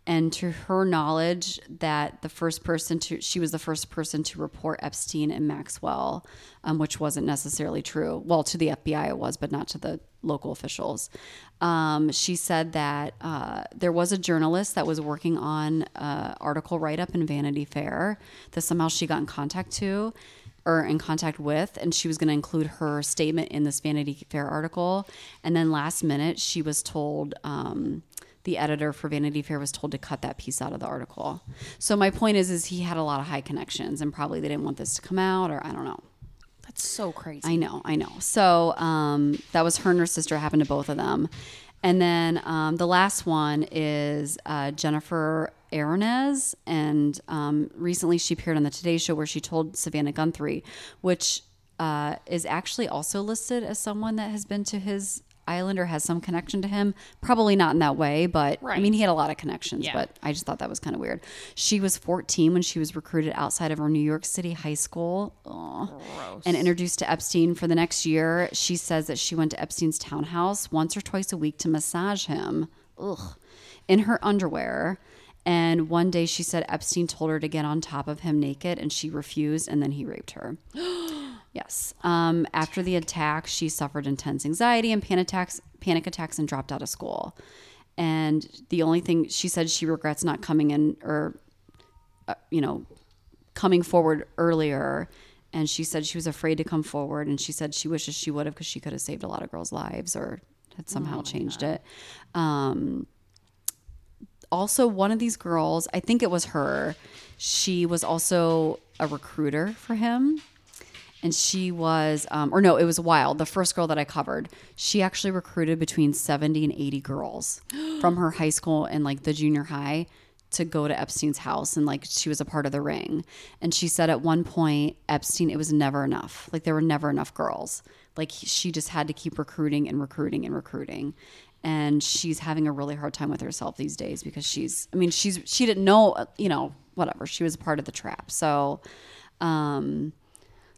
C: And to her knowledge, that the first person to she was the first person to report Epstein and Maxwell, um, which wasn't necessarily true. Well, to the FBI it was, but not to the local officials. Um, she said that uh, there was a journalist that was working on an article write up in Vanity Fair that somehow she got in contact to or er, in contact with, and she was going to include her statement in this Vanity Fair article. And then last minute, she was told um, the editor for Vanity Fair was told to cut that piece out of the article. So my point is, is he had a lot of high connections, and probably they didn't want this to come out, or I don't know.
B: That's so crazy.
C: I know, I know. So um, that was her and her sister. It happened to both of them. And then um, the last one is uh, Jennifer Aronez, and um, recently she appeared on the Today Show where she told Savannah Guthrie, which uh, is actually also listed as someone that has been to his island or has some connection to him. Probably not in that way, but I mean, he had a lot of connections.
B: Yeah.
C: But I just thought that was kind of weird. She was 14 when she was recruited outside of her New York City high school. Aw. And introduced to Epstein for the next year. She says that she went to Epstein's townhouse once or twice a week to massage him. Ugh. In her underwear. And one day she said Epstein told her to get on top of him naked and she refused and then he raped her. Yes. Um, after the attack, she suffered intense anxiety and panic attacks, panic attacks, and dropped out of school. And the only thing she said she regrets not coming in or, uh, you know, coming forward earlier. And she said she was afraid to come forward. And she said she wishes she would have because she could have saved a lot of girls' lives or had somehow changed it. Um, also, one of these girls, I think it was her, she was also a recruiter for him and she was um, or no it was wild the first girl that i covered she actually recruited between 70 and 80 girls from her high school and like the junior high to go to epstein's house and like she was a part of the ring and she said at one point epstein it was never enough like there were never enough girls like he- she just had to keep recruiting and recruiting and recruiting and she's having a really hard time with herself these days because she's I mean she's she didn't know uh, you know whatever she was a part of the trap so um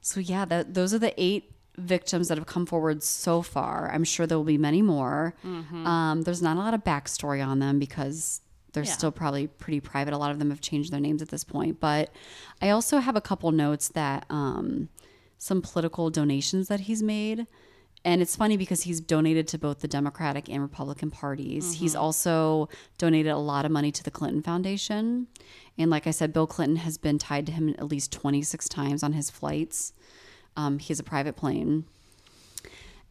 C: so yeah that those are the eight victims that have come forward so far I'm sure there will be many more um there's not a lot of backstory on them because they're
B: Yeah.
C: still probably pretty private a lot of them have changed their names at this point but I also have a couple notes that um some political donations that he's made. And it's funny because he's donated to both the Democratic and Republican parties. He's also donated a lot of money to the Clinton Foundation. And like I said, Bill Clinton has been tied to him at least 26 times on his flights. Um, he has a private plane.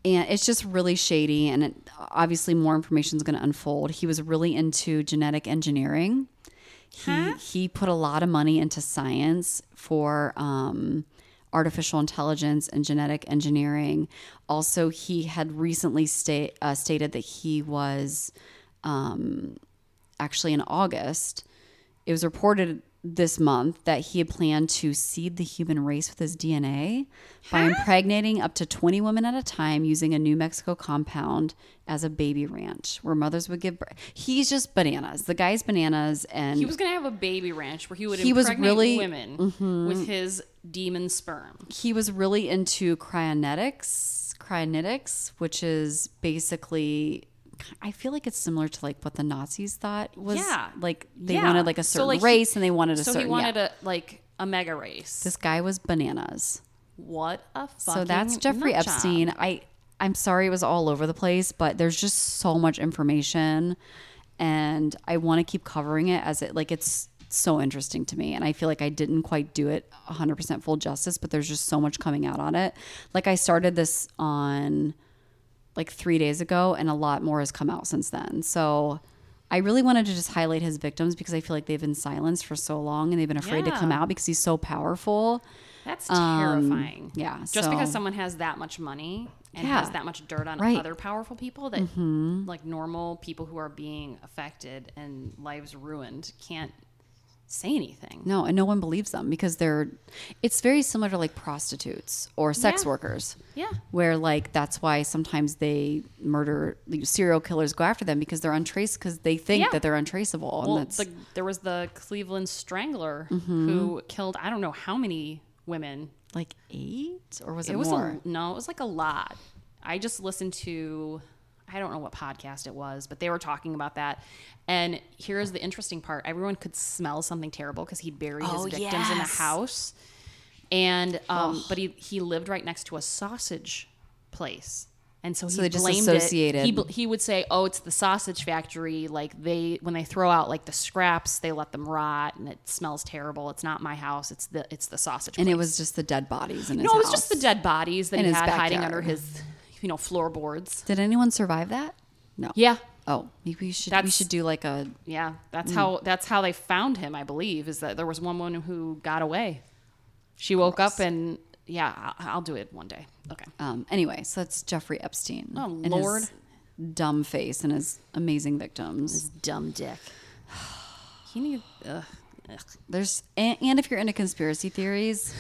C: And it's just really shady. And it, obviously, more information is going to unfold. He was really into genetic engineering. He, he put a lot of money into science for um, artificial intelligence and genetic engineering. Also, he had recently sta- uh, stated that he was actually in August, it was reported this month that he had planned to seed the human race with his DNA by impregnating up to 20 women at a time using a New Mexico compound as a baby ranch where mothers would give birth. He's just bananas. The guy's bananas and
B: He was gonna have a baby ranch where he would
C: He was
B: impregnate
C: really- Mm-hmm.
B: women with his demon sperm.
C: he was really into cryonetics, cryonetics, which is basically I feel like it's similar to like what the Nazis thought was
B: Yeah.
C: like they
B: Yeah.
C: wanted like a
B: So,
C: certain
B: like, he-
C: race and they wanted a
B: so
C: certain
B: he wanted
C: yeah.
B: a like a mega race.
C: this guy was bananas.
B: what a fucking
C: So that's Jeffrey
B: nut job.
C: Epstein. I I'm sorry it was all over the place, but there's just so much information and I want to keep covering it as it like it's so interesting to me and I feel like I didn't quite do it 100% full justice, but there's just so much coming out on it. Like I started this on like 3 days ago and a lot more has come out since then. So I really wanted to just highlight his victims because I feel like they've been silenced for so long and they've been afraid to
B: Yeah.
C: come out because he's so powerful.
B: That's terrifying.
C: Um, yeah,
B: Just
C: so-
B: because someone has that much money and
C: Yeah.
B: has that much dirt on
C: Right. Mm-hmm.
B: other powerful people that like normal people who are being affected and lives ruined can't say anything.
C: No, and no one believes them because they're it's very similar to like prostitutes or sex
B: Yeah.
C: workers.
B: Yeah.
C: Where like that's why sometimes they murder like, serial killers go after them because they're untraceable because they think
B: Yeah.
C: that they're untraceable
B: Well,
C: and that's Mm-hmm.
B: the, there was the Cleveland Strangler who killed I don't know how many women.
C: like 8 or was it,
B: It was
C: more?
B: a no, it was like a lot. I just listened to I don't know what podcast it was, but they were talking about that. And here's the interesting part: everyone could smell something terrible because he'd buried his
C: Oh,
B: victims in the
C: yes.
B: house, and um, but he he lived right next to a sausage place. And so, he
C: they just
B: blamed It. He,
C: associated
B: bl- he would say, "Oh, it's the sausage factory. Like they, when they throw out like the scraps, they let them rot, and it smells terrible. It's not my house. It's the it's the sausage."
C: and
B: place.
C: it was just the dead bodies in his
B: no, it was just
C: house.
B: the dead bodies that
C: In
B: he
C: his
B: had hiding
C: backyard.
B: under his, you know, floorboards.
C: Did anyone survive that? No.
B: Yeah,
C: Oh, maybe we should we
B: That's-
C: should do like a
B: yeah. That's
C: Mm.
B: how that's how they found him. I believe is that there was one woman who got away. She woke up and yeah, I'll, I'll do it one day. Okay.
C: um anyway, so that's Jeffrey Epstein.
B: Oh,
C: and his
B: Lord.
C: dumb face and his amazing victims.
B: Dumb dick. He needed. Ugh, ugh.
C: There's and, and if you're into conspiracy theories,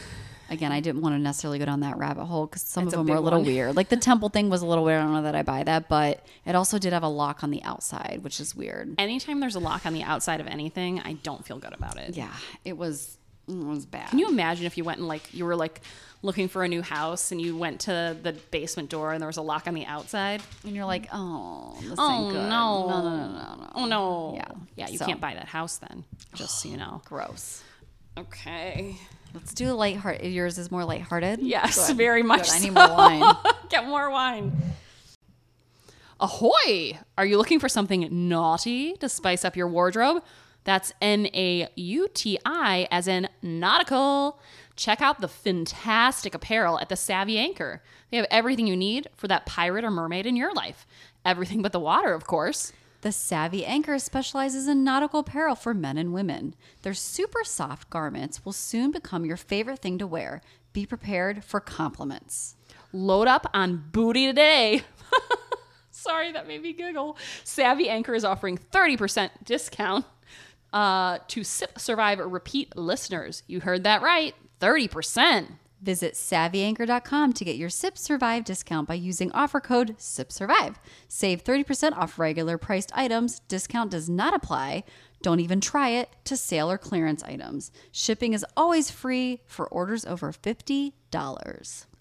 C: again, I didn't want to necessarily go down that rabbit hole because some
B: It's a
C: of them were a
B: big
C: little
B: one.
C: weird. Like the temple thing was a little weird. I don't know that I buy that, but it also did have a lock on the outside, which is weird.
B: anytime there's a lock on the outside of anything, I don't feel good about it.
C: Yeah, it was it was bad.
B: Can you imagine if you went and like you were like looking for a new house and you went to the basement door and there was a lock on the outside?
C: and you're like, oh, this
B: Oh
C: ain't good.
B: no.
C: no, no, no, no, no.
B: Oh no.
C: Yeah.
B: Yeah, you
C: So-
B: can't buy that house then. Just so you know.
C: gross.
B: Okay.
C: Let's do a lighthearted. Yours is more lighthearted.
B: Yes, very much.
C: Good, I
B: so.
C: need more wine.
B: Get more wine. Ahoy! Are you looking for something naughty to spice up your wardrobe? That's N A U T I, as in nautical. Check out the fantastic apparel at the Savvy Anchor. They have everything you need for that pirate or mermaid in your life. Everything but the water, of course.
C: The Savvy Anchor specializes in nautical apparel for men and women. Their super soft garments will soon become your favorite thing to wear. Be prepared for compliments.
B: Load up on booty today. Sorry, that made me giggle. Savvy Anchor is offering 30% discount uh, to Sip Survive Repeat listeners. You heard that right 30%.
C: Visit savvyanchor.com to get your SIP Survive discount by using offer code SIP Survive. Save 30% off regular priced items. Discount does not apply. Don't even try it to sale or clearance items. Shipping is always free for orders over $50.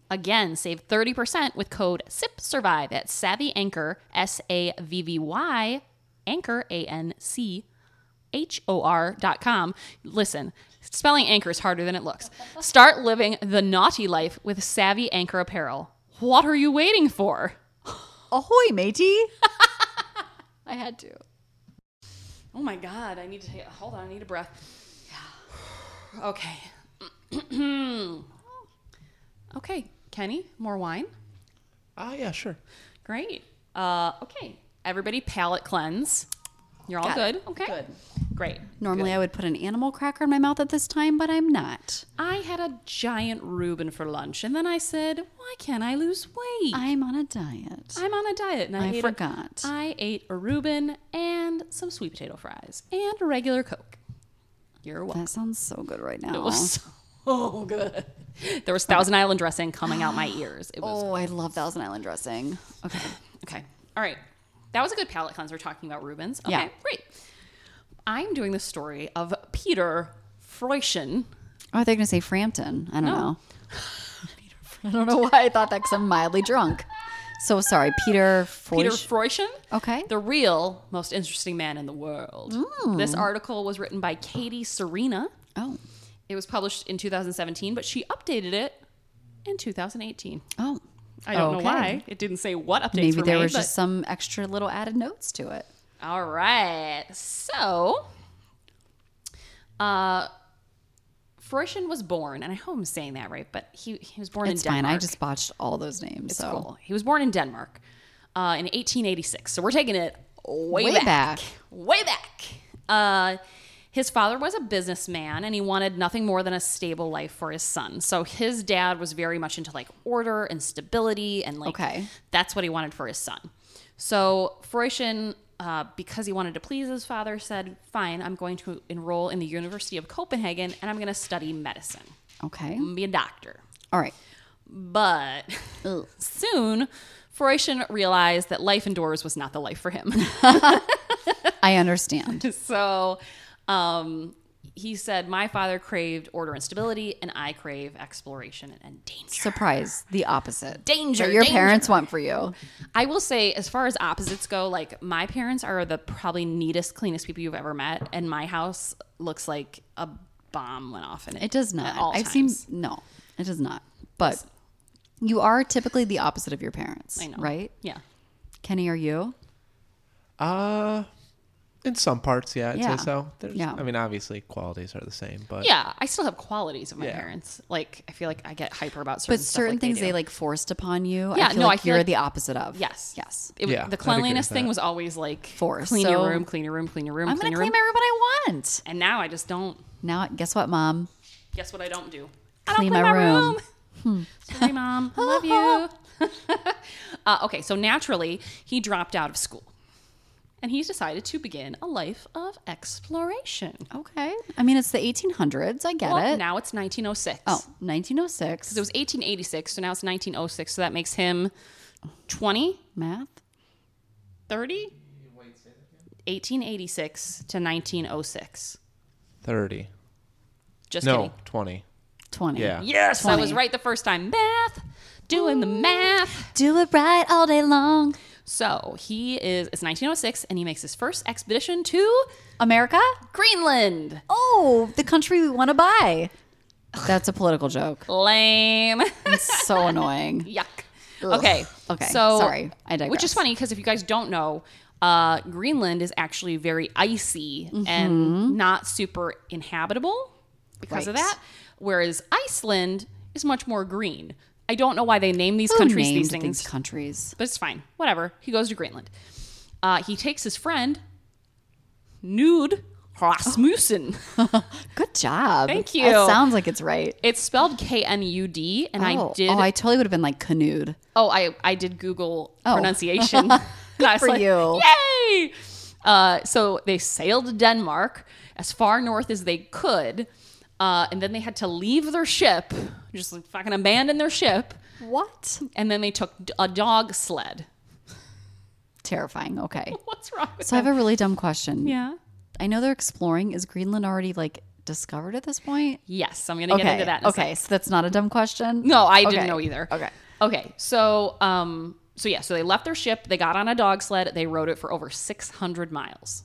B: Again, save 30% with code SIP Survive at Savvy Anchor, S A V V Y, Anchor, A N C H O R dot com. Listen, spelling anchor is harder than it looks. Start living the naughty life with Savvy Anchor apparel. What are you waiting for?
C: Ahoy, matey! I had to.
B: Oh my God, I need to take, hold on, I need a breath. Okay. okay, Kenny, more wine?
D: Ah, yeah, sure.
B: Great. Uh, okay, everybody palate cleanse. You're all
C: Got
B: good.
C: it.
B: Okay.
C: Good.
B: Great.
C: Normally, I would put an animal cracker in my mouth at this time, but I'm not.
B: I had a giant Reuben for lunch, and then I said, "Why can't I lose weight?
C: I'm on a diet.
B: I'm on a diet." And I,
C: I
B: ate a-
C: forgot.
B: I ate a Reuben and some sweet potato fries and a regular Coke. You're welcome.
C: That sounds so good right now.
B: It was
C: Oh,
B: so good. There was Thousand Island dressing coming out my ears. It was
C: oh, I love Thousand Island dressing. Okay.
B: okay. All right, that was a good palate cleanse. We're talking about Rubens. Okay,
C: Yeah.
B: great. I'm doing the story of Peter Freuchen.
C: Oh, they're going to say Frampton. I don't know. I don't know why I thought that because I'm mildly drunk. So sorry, Peter.
B: Peter
C: Feuch-
B: Freuchen.
C: Okay.
B: The real most interesting man in the world.
C: Mm.
B: This article was written by Katie Serena.
C: oh,
B: It was published in 2017, but she updated it in 2018.
C: oh.
B: I don't
C: Okay.
B: know why. It didn't say what updates
C: Maybe
B: were
C: there
B: made,
C: was
B: but-
C: just some extra little added notes to it.
B: All right. So, uh, Freuchen was born, and I hope I'm saying that right, but he, he was born
C: It's
B: in Denmark.
C: fine. I just botched all those names.
B: It's
C: so
B: cool. He was born in Denmark uh, in 1886. So we're taking it way,
C: Way
B: back.
C: back.
B: Way back. Uh, his father was a businessman and he wanted nothing more than a stable life for his son. So his dad was very much into like order and stability and like
C: Okay.
B: that's what he wanted for his son. So Freuchen, uh, because he wanted to please his father, said, Fine, I'm going to enroll in the University of Copenhagen and I'm going to study medicine.
C: Okay.
B: I'm going to be a doctor.
C: All right.
B: But soon, Freuchen realized that life indoors was not the life for him.
C: I understand.
B: so um, he said, My father craved order and stability, and I crave exploration and danger.
C: Surprise. The opposite.
B: Danger,
C: That your
B: danger.
C: parents want for you.
B: I will say, as far as opposites go, like my parents are the probably neatest, cleanest people you've ever met, and my house looks like a bomb went off in it.
C: It does not.
B: at all
C: I've
B: times.
C: seen no. It does not. But you are typically the opposite of your parents,
B: I know.
C: right?
B: Yeah.
C: Kenny, are you?
D: Uh in some parts, yeah, I'd
C: Yeah.
D: say so. There's,
C: Yeah.
D: I mean, obviously, qualities are the same, but
B: Yeah, I still have qualities of my
D: Yeah.
B: parents. Like, I feel like I get hyper about certain
C: But
B: stuff
C: certain
B: like
C: things they,
B: do.
C: like forced upon you.
B: Yeah,
C: I feel
B: no, I
C: like
B: feel
C: you're
B: like-
C: the opposite of.
B: Yes.
C: Yes.
B: It,
D: Yeah, I'd
B: the
D: agree
B: cleanliness
D: with
B: thing
D: that.
B: was always like
C: Forced,
B: clean your
C: so-
B: room, clean your room, clean your room,
C: I'm
B: clean
C: gonna
B: your
C: claim
B: room.
C: everyone I want.
B: and now I just don't.
C: Now guess what, mom?
B: Guess what I don't do?
C: Clean
B: I don't clean
C: my
B: my room.
C: room. Hmm.
B: Sorry, mom. I love you. uh, okay, so naturally he dropped out of school, and he's decided to begin a life of exploration.
C: Okay. I mean it's the eighteen hundreds, I get
B: Well,
C: it.
B: now it's 1906.
C: Oh, 1906.
B: it was 1886, so now it's 1906. So that makes him 20,
C: Math.
B: 30, 1886 to 1906.
D: thirty.
B: Just
D: No,
B: kidding.
D: twenty.
C: Twenty.
D: Yeah.
B: Yes, I was right the first time. Math, doing the math.
C: Do it right all day long.
B: So he is. It's 1906, and he makes his first expedition to
C: America?
B: Greenland.
C: Oh, the country we want to buy. That's a political joke.
B: Lame.
C: It's so annoying.
B: Yuck.
C: Ugh.
B: Okay.
C: Okay,
B: So
C: sorry. I
B: Which is
C: digress.
B: funny because if you guys don't know, uh, Greenland is actually very icy and not super inhabitable because of
C: Mm-hmm. Right.
B: that. Whereas Iceland is much more green. I don't know why they name these
C: Who
B: countries
C: named
B: these things.
C: countries.
B: but it's fine. Whatever. He goes to Greenland. Uh, he takes his friend, Nude Rasmussen.
C: Oh. Good job.
B: Thank you.
C: That sounds like it's right.
B: it's spelled K N U D, and
C: oh,
B: I did.
C: oh, I totally would have been like canoed.
B: Oh, I I did Google pronunciation. Good
C: Oh. for you.
B: Yay! Uh, so they sailed to Denmark as far north as they could, Uh, and then they had to leave their ship, just like, fucking abandon their ship.
C: What?
B: And then they took d- a dog sled.
C: Terrifying. Okay.
B: What's wrong with
C: So I have a really dumb question.
B: Yeah.
C: I know they're exploring. Is Greenland already like discovered at this point?
B: Yes, I'm going to get into that in a
C: okay.
B: second.
C: So that's not a dumb question.
B: No, I
C: Okay.
B: didn't know either.
C: Okay.
B: Okay. So, um, so yeah, so they left their ship. They got on a dog sled. They rode it for over 600 miles.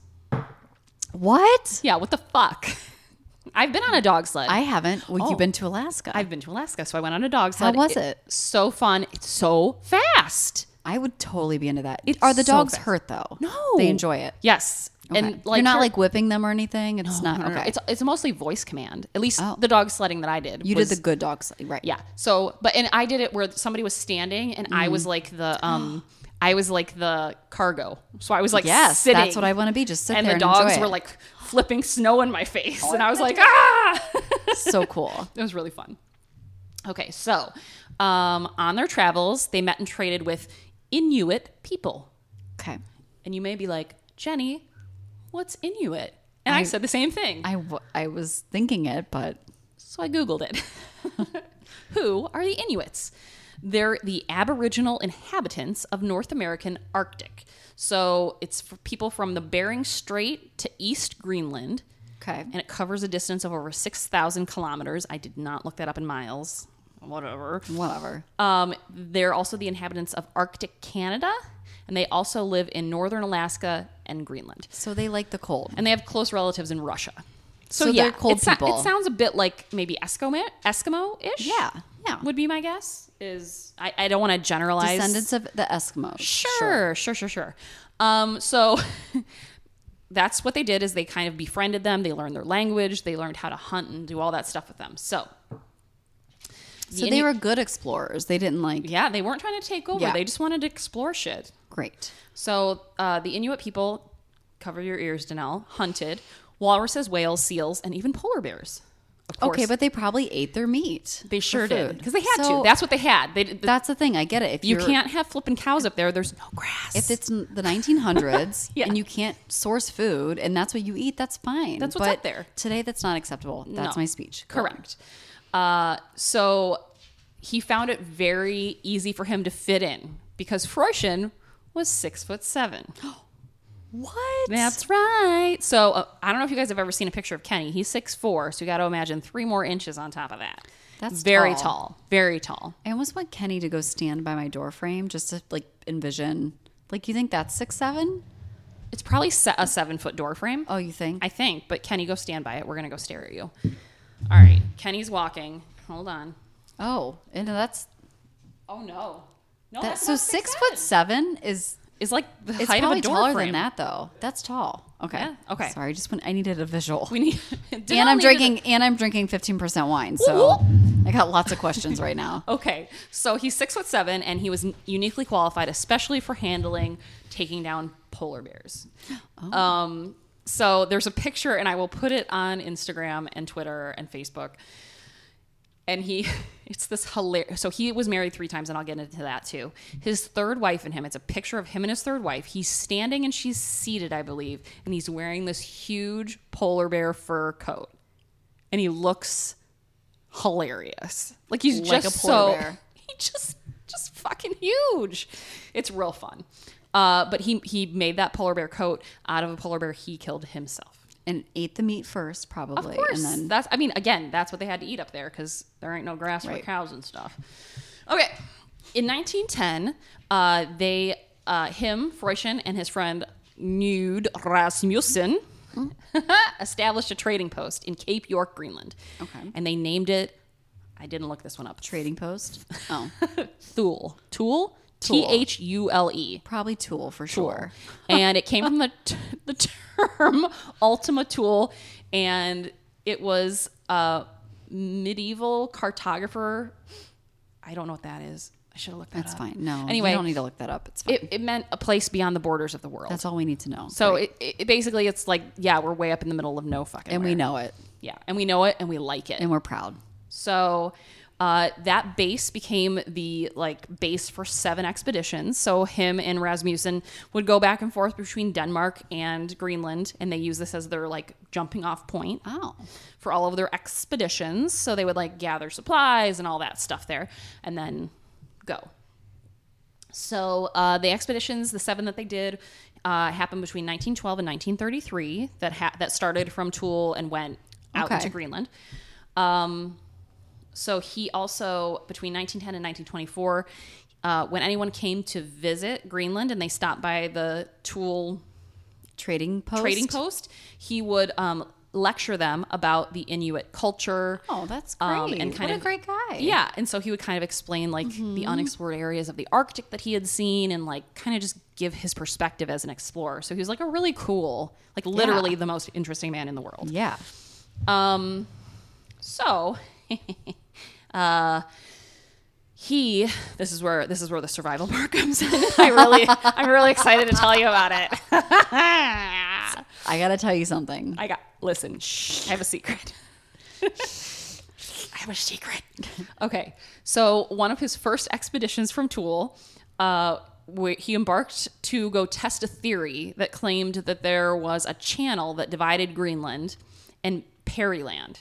C: What?
B: Yeah. What the fuck? I've been on a dog sled.
C: I haven't. Well,
B: Oh.
C: you've been to Alaska. I,
B: I've been to Alaska, so I went on a dog sled.
C: was it?
B: So fun. It's so fast.
C: would totally be into that.
B: It's
C: Are the
B: so
C: dogs
B: fast.
C: hurt though?
B: No.
C: They enjoy it.
B: Yes.
C: Okay.
B: And like
C: you're not
B: her-
C: like whipping them or anything. It's not
B: No, no,
C: okay.
B: no. It's it's mostly voice command. At least
C: Oh.
B: the dog sledding that I did.
C: you
B: was-
C: did the good dogs, right?
B: Yeah. So, but and I did it where somebody was standing and I
C: Mm.
B: was like the um I was like the cargo. So I was like
C: Yes,
B: sitting.
C: that's what I want to be. Just sit
B: And
C: there
B: the
C: and
B: dogs
C: enjoy
B: were
C: it.
B: like flipping snow in my face and I was like ah.
C: so cool.
B: It was really fun. Okay, so um on their travels, they met and traded with Inuit people.
C: Okay.
B: And you may be like, "Jenny, what's Inuit?" And I, said the same thing.
C: I, w- I was thinking it, but
B: So I Googled it. Who are the Inuits? They're the Aboriginal inhabitants of North American Arctic. So it's for people from the Bering Strait to East Greenland,
C: okay.
B: and it covers a distance of over 6,000 kilometers. I did not look that up in miles. Whatever.
C: Whatever.
B: Um, they're also the inhabitants of Arctic Canada, and they also live in northern Alaska and Greenland.
C: So they like the cold.
B: And they have close relatives in Russia. So,
C: So
B: yeah,
C: they're cold
B: it, sou-
C: people.
B: it sounds a bit like maybe Eskimo Eskimo-ish.
C: Yeah, yeah.
B: Would be my guess. Is I, I don't want to generalize.
C: Descendants of the Eskimos.
B: Sure, sure, sure, sure. Um, so that's what they did is they kind of befriended them. They learned their language. They learned how to hunt and do all that stuff with them. So
C: So
B: the
C: they
B: Inu-
C: were good explorers. They didn't like
B: yeah, they weren't trying to take over.
C: Yeah.
B: They just wanted to explore shit.
C: great.
B: So uh, the Inuit people, cover your ears, Danelle, hunted walruses, whales, seals, and even polar bears. Of course.
C: Okay, but they probably ate their meat.
B: They
C: for
B: sure did
C: food.
B: because they had
C: So
B: to. That's what they had. They did-
C: that's the thing. I get it. If
B: you
C: you're-
B: can't have flipping cows up there. There's no grass.
C: if it's n- the 1900s
B: Yeah.
C: and you can't source food and that's what you eat, that's fine.
B: That's what's
C: But
B: up there.
C: Today, that's not acceptable. That's
B: No.
C: my speech. Go on.
B: correct. Uh, so he found it very easy for him to fit in because Freuchen was six foot seven.
C: What?
B: That's right. So uh, I don't know if you guys have ever seen a picture of Kenny. He's six four, so you got to imagine three more inches on top of that.
C: That's
B: very
C: tall.
B: tall. Very tall.
C: I almost want Kenny to go stand by my door frame just to like envision. Like, you think that's six seven?
B: It's probably se- a seven foot door frame.
C: Oh, you think?
B: I think, but Kenny, go stand by it. We're gonna go stare at you. All right, Kenny's walking. Hold on.
C: oh, and that's
B: Oh no, no.
C: that.
B: That's,
C: So
B: about
C: six foot seven is
B: is like the
C: it's
B: height of
C: probably
B: a door
C: taller
B: frame.
C: than that though. That's tall. Okay.
B: Yeah, okay.
C: Sorry, just when I needed a visual.
B: We need. Did
C: and
B: I
C: I'm
B: need
C: drinking and I'm drinking 15% wine. So I got lots of questions right now.
B: a- okay, so he's six foot seven, and he was n- uniquely qualified, especially for handling taking down polar bears.
C: Oh.
B: Um, so there's a picture, and I will put it on Instagram and Twitter and Facebook. and he it's this hilarious so he was married three times and i'll get into that too his third wife and him it's a picture of him and his third wife he's standing and she's seated i believe and he's wearing this huge polar bear fur coat and he looks hilarious like he's
C: Like
B: just
C: a polar
B: so
C: bear.
B: he just just fucking huge it's real fun uh, but he he made that polar bear coat out of a polar bear he killed himself
C: And ate the meat first, probably.
B: of course.
C: And then
B: that's. I mean, again, that's what they had to eat up there because there ain't no grass for
C: Right.
B: cows and stuff. Okay. In 1910, uh, they, uh, him, Freuchen, and his friend Nude Rasmussen established a trading post in Cape York, Greenland.
C: Okay.
B: And they named it. I didn't look this one up.
C: trading post. Oh,
B: Thule. Tool. T H U L E.
C: probably tool for sure.
B: and it came from the t- the term Ultima Tool, and it was a medieval cartographer. I don't know what that is. I should have looked that
C: That's
B: up.
C: fine. No, anyway,
B: Anyway,
C: you don't need to look that up. It's fine.
B: it, it meant a place beyond the borders of the world.
C: that's all we need to know.
B: so it, it, it basically it's like yeah, we're way up in the middle of no fucking.
C: and we
B: where.
C: know it,
B: Yeah, and we know it, and we like it.
C: and we're proud.
B: So Uh, that base became the like base for seven expeditions. So him and Rasmussen would go back and forth between Denmark and Greenland, and they use this as their like jumping off point
C: Oh.
B: for all of their expeditions. So they would like gather supplies and all that stuff there, and then go. So uh, the expeditions, the seven that they did, uh, happened between 1912 and 1933. That ha- that started from Tool and went out
C: Okay.
B: into Greenland. Um, so he also between 1910 and 1924, uh, when anyone came to visit Greenland and they stopped by the Tool
C: Trading post.
B: trading post, he would um, lecture them about the Inuit culture.
C: Oh, that's great.
B: um, and kind
C: what
B: of-
C: a great guy. Mm-hmm.
B: Yeah, and so he would kind of explain like the unexplored areas of the Arctic that he had seen, and like kind of just give his perspective as an explorer. So he was like a really cool, like literally the most interesting man in the world.
C: Yeah.
B: Um, so, uh, he. This is where this is where the survival part comes in. I really, I'm really excited to tell you about it.
C: I gotta tell you something.
B: I got listen. I have a secret. I have a secret. Okay, so one of his first expeditions from Tool, uh, wh- he embarked to go test a theory that claimed that there was a channel that divided Greenland and Perryland.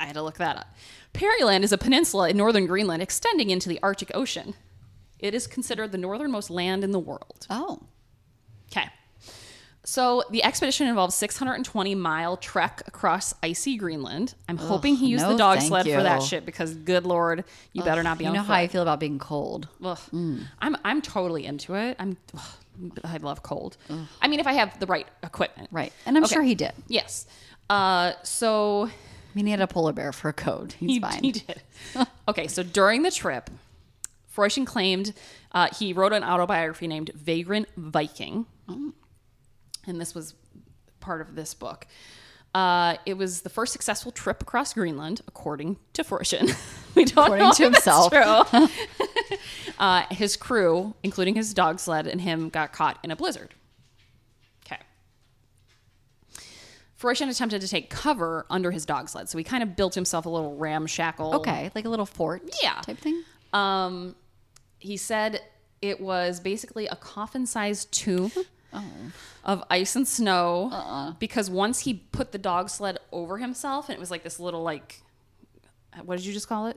B: I had to look that up. Perryland is a peninsula in northern Greenland extending into the Arctic Ocean. It is considered the northernmost land in the world.
C: Oh.
B: Okay. So the expedition involves 620 mile trek across icy Greenland. I'm hoping he used
C: no,
B: the dog
C: thank
B: sled for that
C: you.
B: shit because good lord, you better not be
C: You
B: on
C: know
B: foot.
C: how I Mm. feel about being cold.
B: Ugh. I'm I'm totally into it. I'm ugh, I love cold. I mean if I have the right equipment.
C: Right. And I'm
B: Okay.
C: sure he did.
B: Yes. Uh so
C: I mean, he had a polar bear for a coat. He's
B: he,
C: fine.
B: he did. okay, so during the trip, Freuchen claimed uh, he wrote an autobiography named Vagrant Viking. And this was part of this book. Uh, it was the first successful trip across Greenland, according to Freuchen. we don't
C: According
B: know
C: to
B: if that's
C: himself.
B: true. uh, his crew, including his dog sled and him, got caught in a blizzard. Okay. Freuchen attempted to take cover under his dog sled, so he kind of built himself a little ramshackle.
C: Okay, like a little fort.
B: Yeah.
C: Type thing.
B: Um, he said it was basically a coffin-sized tomb
C: Oh.
B: of ice and snow
C: Uh-uh.
B: because once he put the dog sled over himself, and it was like this little like, what did you just call it?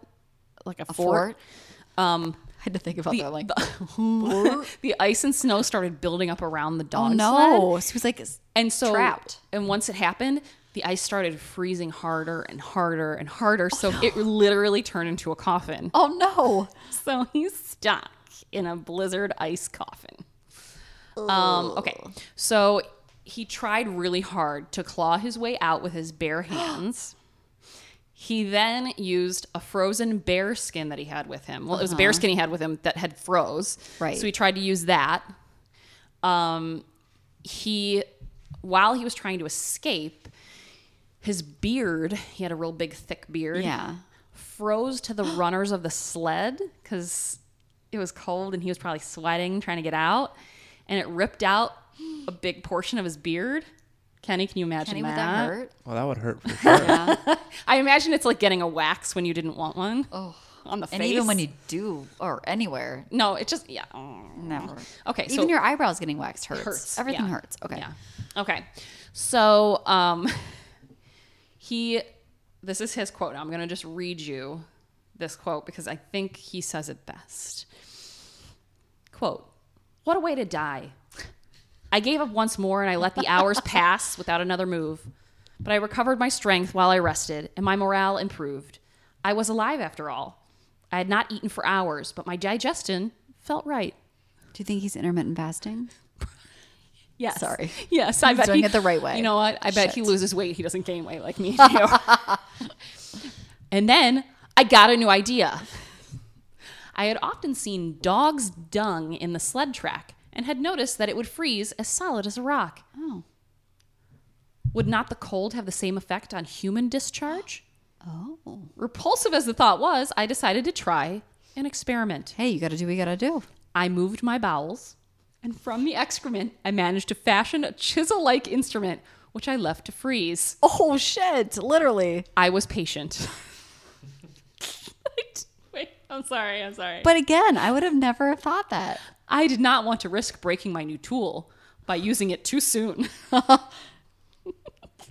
B: Like a, fort.
C: fort? I had to think about that. Like,
B: the ice and snow started building up around the
C: oh
B: dog sled.
C: no. So he's like,
B: and so
C: Trapped.
B: And once it happened, the ice started freezing harder and harder and harder. so it literally turned into a coffin.
C: oh no.
B: So he's stuck in a blizzard ice coffin. Um, okay, so he tried really hard to claw his way out with his bare hands. He then used a frozen bear skin that he had with him. Well, it was a bear skin he had with him that had froze.
C: Uh-huh. Right.
B: So he tried to use that. Um, he, while he was trying to escape, his beard, he had a real big, thick beard
C: Yeah.
B: froze to the runners of the sled because it was cold and he was probably sweating trying to get out. And it ripped out a big portion of his beard. Kenny, can you imagine
C: Kenny, would
B: that?
C: that hurt?
D: Well, that would hurt for sure.
B: I imagine it's like getting a wax when you didn't want one. Oh, on the
C: And
B: face.
C: even when you do, or anywhere,
B: no, it just yeah. oh.
C: never.
B: Okay,
C: Even
B: so-
C: your eyebrows getting waxed hurts.
B: Hurts,
C: Everything
B: yeah.
C: hurts. Okay.
B: Yeah. Okay. So um he this is his quote. I'm going to just read you this quote because I think he says it best. Quote, "What a way to die. I gave up once more and I let the hours pass without another move. But I recovered my strength while I rested and my morale improved. I was alive after all. I had not eaten for hours, but my digestion felt right."
C: Do you think he's intermittent fasting?
B: Yes.
C: Sorry.
B: Yes, I bet
C: doing
B: he-
C: it the right way.
B: You know what? I bet he
C: Shit.
B: loses weight. He doesn't gain weight like me. and you. and then I got a new idea. I had often seen dogs' dung in the sled track and had noticed that it would freeze as solid as a rock.
C: Oh.
B: Would not the cold have the same effect on human discharge?
C: Oh.
B: Repulsive as the thought was, I decided to try an experiment.
C: Hey, you got to do what you got to do.
B: I moved my bowels, and from the excrement, I managed to fashion a chisel like instrument, which I left to freeze.
C: Oh shit! Literally.
B: I was patient. I'm sorry. I'm sorry.
C: But again, I would have never have thought that.
B: I did not want to risk breaking my new tool by using it too soon.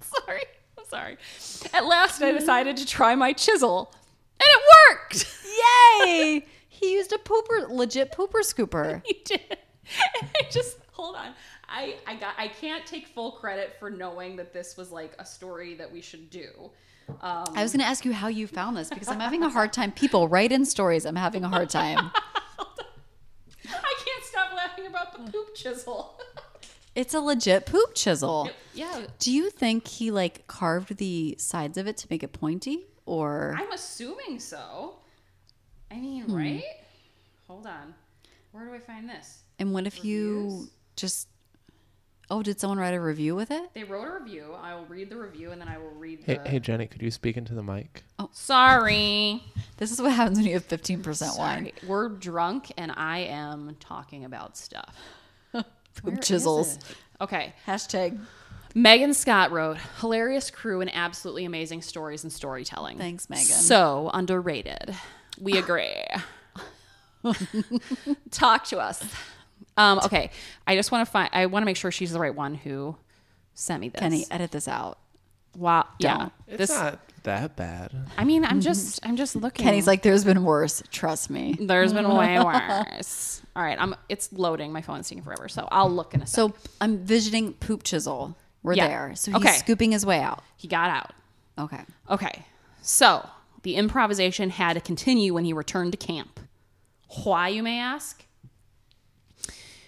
B: sorry. I'm sorry. Mm. At last, I decided to try my chisel, and it worked.
C: Yay! he used a pooper, legit pooper scooper.
B: He did. I just hold on. I I got I can't take full credit for knowing that this was like a story that we should do.
C: I was going to ask you how you found this because I'm having a hard time. People write in stories. I'm having a hard time.
B: I can't stop laughing about the poop chisel.
C: It's a legit poop chisel.
B: yeah,
C: Do you think he like carved the sides of it to make it pointy or
B: I'm assuming so. I mean, right? Hold on. Where do I find this?
C: and what if you
B: Reviews?
C: just Oh, did someone write a review with it?
B: They wrote a review. I will read the review and then I will read the.
D: Hey, hey, Jenny, could you speak into the mic?
B: Sorry.
C: This is what happens when you have 15% wine.
B: Sorry. We're drunk and I am talking about stuff. Where
C: Poop
B: is
C: chisels.
B: it? Okay.
C: Hashtag
B: Megan Scott wrote hilarious crew and absolutely amazing stories and storytelling.
C: Thanks, Megan.
B: So underrated. We agree. Talk to us. Um, okay, I just want to find. I want to make sure she's the right one who sent me this.
C: Penny, edit this out.
B: Wow. Yeah.
D: It's
B: This.
D: not that bad.
B: I mean, I'm just. I'm just looking.
C: Mm-hmm. Kenny's like, mm-hmm. there's been worse. Trust me.
B: There's been way worse. All right. I'm. It's loading. My phone's taking forever. So I'll look in a. So
C: So I'm visioning poop chisel. We're
B: Yeah.
C: there. So he's
B: Okay.
C: scooping his way out.
B: he got out.
C: Okay.
B: Okay. So the improvisation had to continue when he returned to camp. Why, you may ask?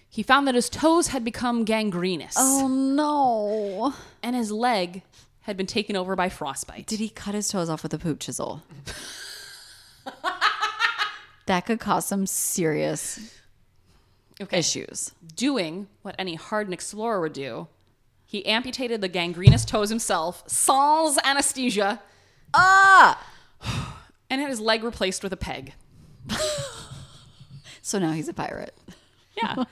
B: He found that his toes had become gangrenous
C: Oh no.
B: and his leg had been taken over by frostbite.
C: Did he cut his toes off with a poop chisel? that could cause some serious
B: Okay.
C: issues.
B: Doing what any hardened explorer would do, he amputated the gangrenous toes himself, sans anesthesia,
C: Ah!
B: and had his leg replaced with a peg.
C: So now he's a pirate.
B: Yeah.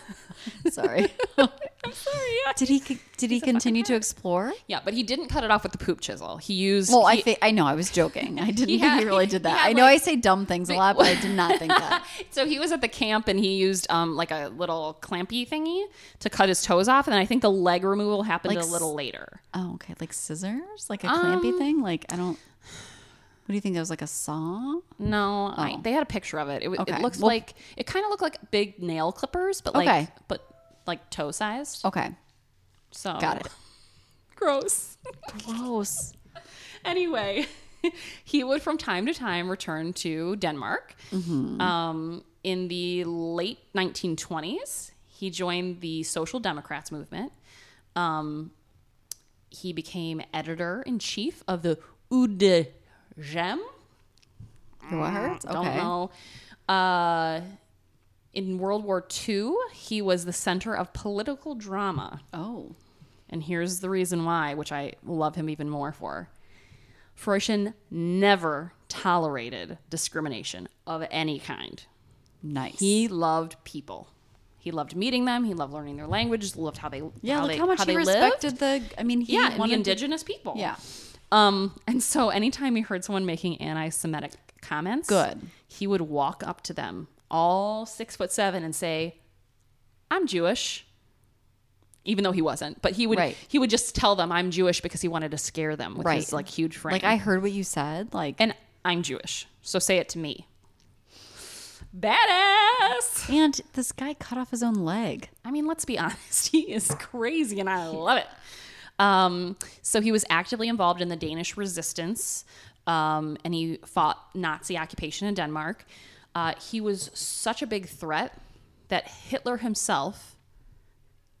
C: Sorry.
B: I'm sorry. Yeah.
C: did he did he continue to explore?
B: Yeah, but he didn't cut it off with the poop chisel. He used.
C: Well, I
B: he-
C: think I know I was joking. I didn't think
B: had-
C: he really did
B: he
C: that.
B: had,
C: I know
B: like-
C: I say dumb things a lot, but I did not think that.
B: So he was at the camp and he used um like a little clampy thingy to cut his toes off, and I think the leg removal happened
C: Like
B: a little later.
C: Oh, okay. Like scissors? Like a
B: Um,
C: clampy thing? Like I don't What do you think that was like a saw?
B: No, I, they had a picture of it. It, wa-
C: Okay.
B: it looks
C: Well-
B: like it kind of looked like big nail clippers, but like
C: Okay.
B: but like toe sized.
C: Okay.
B: So
C: Got it.
B: Gross.
C: Gross.
B: anyway, he would from time to time return to Denmark.
C: Mm-hmm.
B: Um, in the late 1920s, he joined the Social Democrats movement. Um, he became editor in chief of the Ude Gem.
C: What hurts? Okay.
B: Mm, Don't know. Uh, in World War II, he was the center of political drama.
C: Oh.
B: And here's the reason why, which I love him even more for. Freuchen never tolerated discrimination of any kind.
C: Nice.
B: He loved people. He loved meeting them. He loved learning their languages. Loved how they
C: yeah,
B: how
C: look
B: they,
C: how much
B: they
C: he
B: lived.
C: respected the I mean he
B: yeah, and
C: wanted
B: the
C: to-
B: indigenous people.
C: Yeah.
B: Um, and so anytime he heard someone making anti-Semitic comments,
C: Good.
B: he would walk up to them, all six foot seven, and say, "I'm Jewish," even though he wasn't. But he would
C: Right.
B: he would just tell them, "I'm Jewish," because he wanted to scare them with
C: Right.
B: his like huge frame.
C: Like I heard what you said. Like and,
B: and I'm Jewish, so say it to me. Badass.
C: this guy cut off his own leg.
B: I mean, let's be honest, he is crazy and I love it. Um, so he was actively involved in the Danish resistance um, and he fought Nazi occupation in Denmark. Uh, he was such a big threat that Hitler himself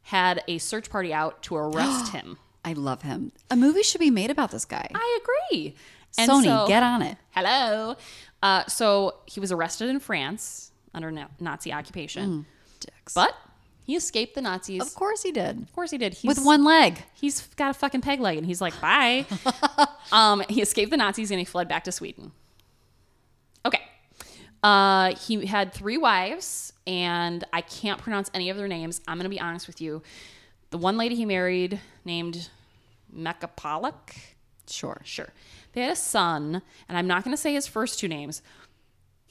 B: had a search party out to arrest him.
C: I love him. A movie should be made about this guy.
B: I agree.
C: Sony,
B: so-
C: get on it.
B: Hello. Uh, so he was arrested in France under na- Nazi occupation,
C: Mm, Dicks.
B: but he escaped the Nazis.
C: of course he did.
B: Of course he did. He's,
C: With one leg.
B: he's got a fucking peg leg, and he's like, bye. um, he escaped the Nazis and he fled back to Sweden. Okay. Uh, he had three wives, and I can't pronounce any of their names. I'm gonna be honest with you. The one lady he married, named Mecca Pollock
C: Sure.
B: sure. They had a son, and I'm not going to say his first two names,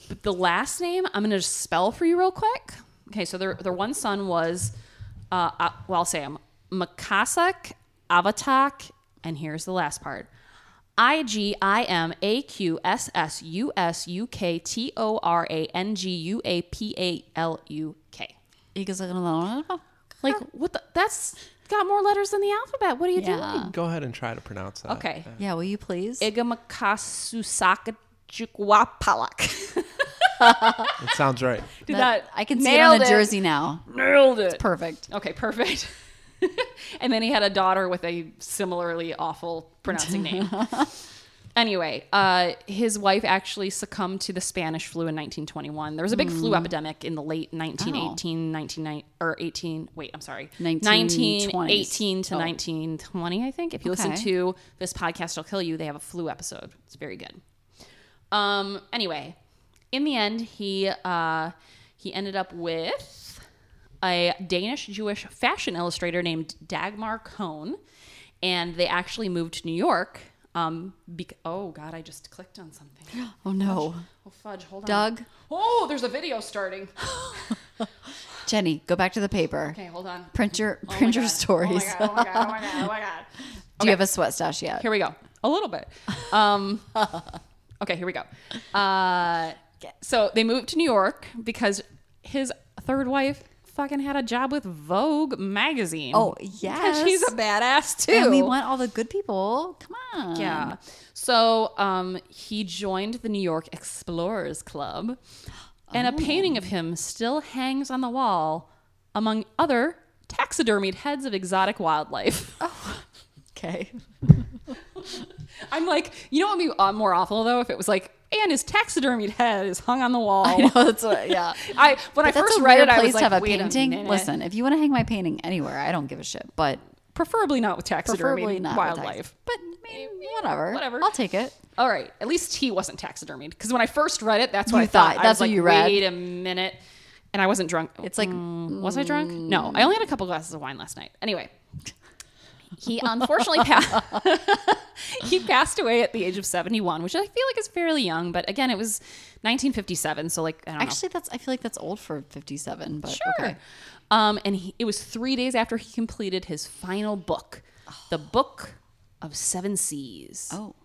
B: But the last name I'm going to spell for you real quick. Okay, so their their one son was, uh, uh, well, I'll say him Makasak Avatak, and here's the last part. I G I M A Q S S U S U K T O R A N G U A P A L U K.
C: "Oh,
B: Like what? The, that's got more letters than the alphabet. What are you
C: Yeah.
B: doing?
D: Go ahead and try to pronounce that.
B: Okay.
C: Yeah, will you please?
B: Igamakasusakajukwapalak.
D: It sounds right.
B: Did that?
C: I can see it on
B: nailed
C: the jersey now.
B: Nailed it.
C: Perfect.
B: Okay, perfect. and then he had a daughter with a similarly awful pronouncing name. anyway, uh, his wife actually succumbed to the Spanish flu in 1921. There was a big flu epidemic in the late 1918, 19 or 18. Wait, I'm sorry,
C: 1920s.
B: 1918 to 1920. I think if you listen
C: Oh. Okay.
B: to this podcast, I'll kill you. They have a flu episode. It's very good. Um. Anyway, in the end, he uh, he ended up with a Danish Jewish fashion illustrator named Dagmar Cohn, and they actually moved to New York. Um. Bec- oh God, I just clicked on something.
C: Oh no.
B: Oh fudge! Hold on,
C: Doug,
B: Oh, there's a video starting.
C: Jenny, go back to the paper.
B: Okay, hold on.
C: Print your
B: Oh my
C: print your
B: God.
C: stories.
B: Oh my God! Oh my God! Oh my God! Oh my God!
C: Do you have a sweat stash yet?
B: Here we go. A little bit. Um, okay, here we go. Uh, so they moved to New York because his third wife fucking had a job with Vogue magazine.
C: Oh,
B: Yeah, she's
C: yes.
B: a badass too.
C: And we want all the good people. Come on.
B: Yeah. So um, he joined the New York Explorers Club, and a painting of
C: Oh.
B: him still hangs on the wall among other taxidermied heads of exotic wildlife.
C: Okay.
B: I'm like, you know what would be uh, more awful though if it was like, and his taxidermied head is hung on the wall. I,
C: No, that's what, yeah.
B: when I
C: But that's
B: first
C: a
B: read
C: rare
B: it, I
C: place
B: was
C: to
B: like,
C: have a
B: Wait
C: painting.
B: minute.
C: Listen, if you want to hang my painting anywhere, I don't give a shit. But
B: preferably not with taxidermy,
C: preferably not with
B: wildlife.
C: But I mean, whatever.
B: whatever.
C: I'll take it.
B: All right, at least he wasn't taxidermied because when I first read it, that's what
C: You
B: I thought.
C: thought-
B: I
C: that's
B: was
C: what
B: like,
C: you read.
B: Wait a minute, and I wasn't drunk.
C: It's like
B: Mm. was I drunk?
C: Mm.
B: No, I only had a couple glasses of wine last night. Anyway, he unfortunately passed. he passed away at the age of seventy-one, which I feel like is fairly young. But again, it was nineteen fifty-seven, so like I don't know.
C: actually that's I feel like that's old for 57, but
B: Sure.
C: okay.
B: Um, and he, it was three days after he completed his final book, The Book of Seven Seas.
C: Oh.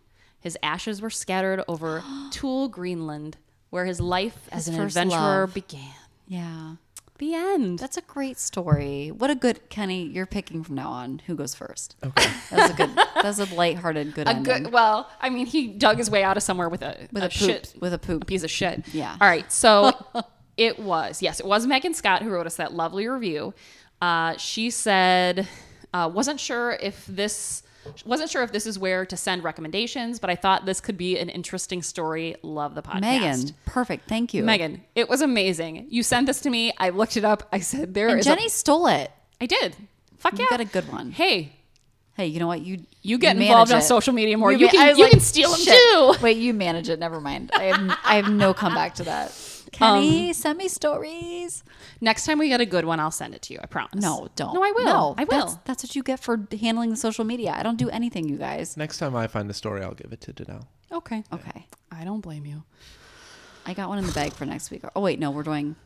B: His ashes were scattered over Tool, Greenland, where his life as
C: His
B: an
C: first
B: adventurer
C: love.
B: began.
C: Yeah.
B: The end.
C: That's a great story. What a good Kenny, you're picking from now on who goes first. Okay. That's a good that's a lighthearted good
B: a
C: ending.
B: good. Well, I mean, he dug his way out of somewhere with a
C: with a, poop.
B: shit,
C: With a poop.
B: a piece of shit.
C: Yeah.
B: All right. So it was, yes, it was Megan Scott who wrote us that lovely review. Uh, she said, uh, wasn't sure if this wasn't sure if this is where to send recommendations, but I thought this could be an interesting story. Love the podcast.
C: Megan. Perfect. Thank you.
B: Megan, it was amazing. You sent this to me. I looked it up. I said there is.
C: And
B: a-
C: Jenny stole it.
B: I did. Fuck
C: You
B: yeah.
C: got a good one.
B: Hey,
C: Hey, you know what? You
B: you get
C: manage
B: involved on
C: it.
B: social media more. You,
C: ma- I
B: can
C: was
B: you
C: like,
B: can steal them
C: "Shit."
B: too.
C: Wait, you manage it. Never mind. I have, I have no comeback to that.
B: Um,
C: Kenny, send me stories.
B: Next time we get a good one, I'll send it to you. I promise.
C: No, don't.
B: No, I will.
C: No,
B: I will.
C: That's, that's what you get for handling the social media. I don't do anything, you guys.
D: Next time I find a story, I'll give it to Danelle.
B: okay.
C: Okay.
B: I don't blame you.
C: I got one in the bag for next week. Oh, wait. No, we're doing.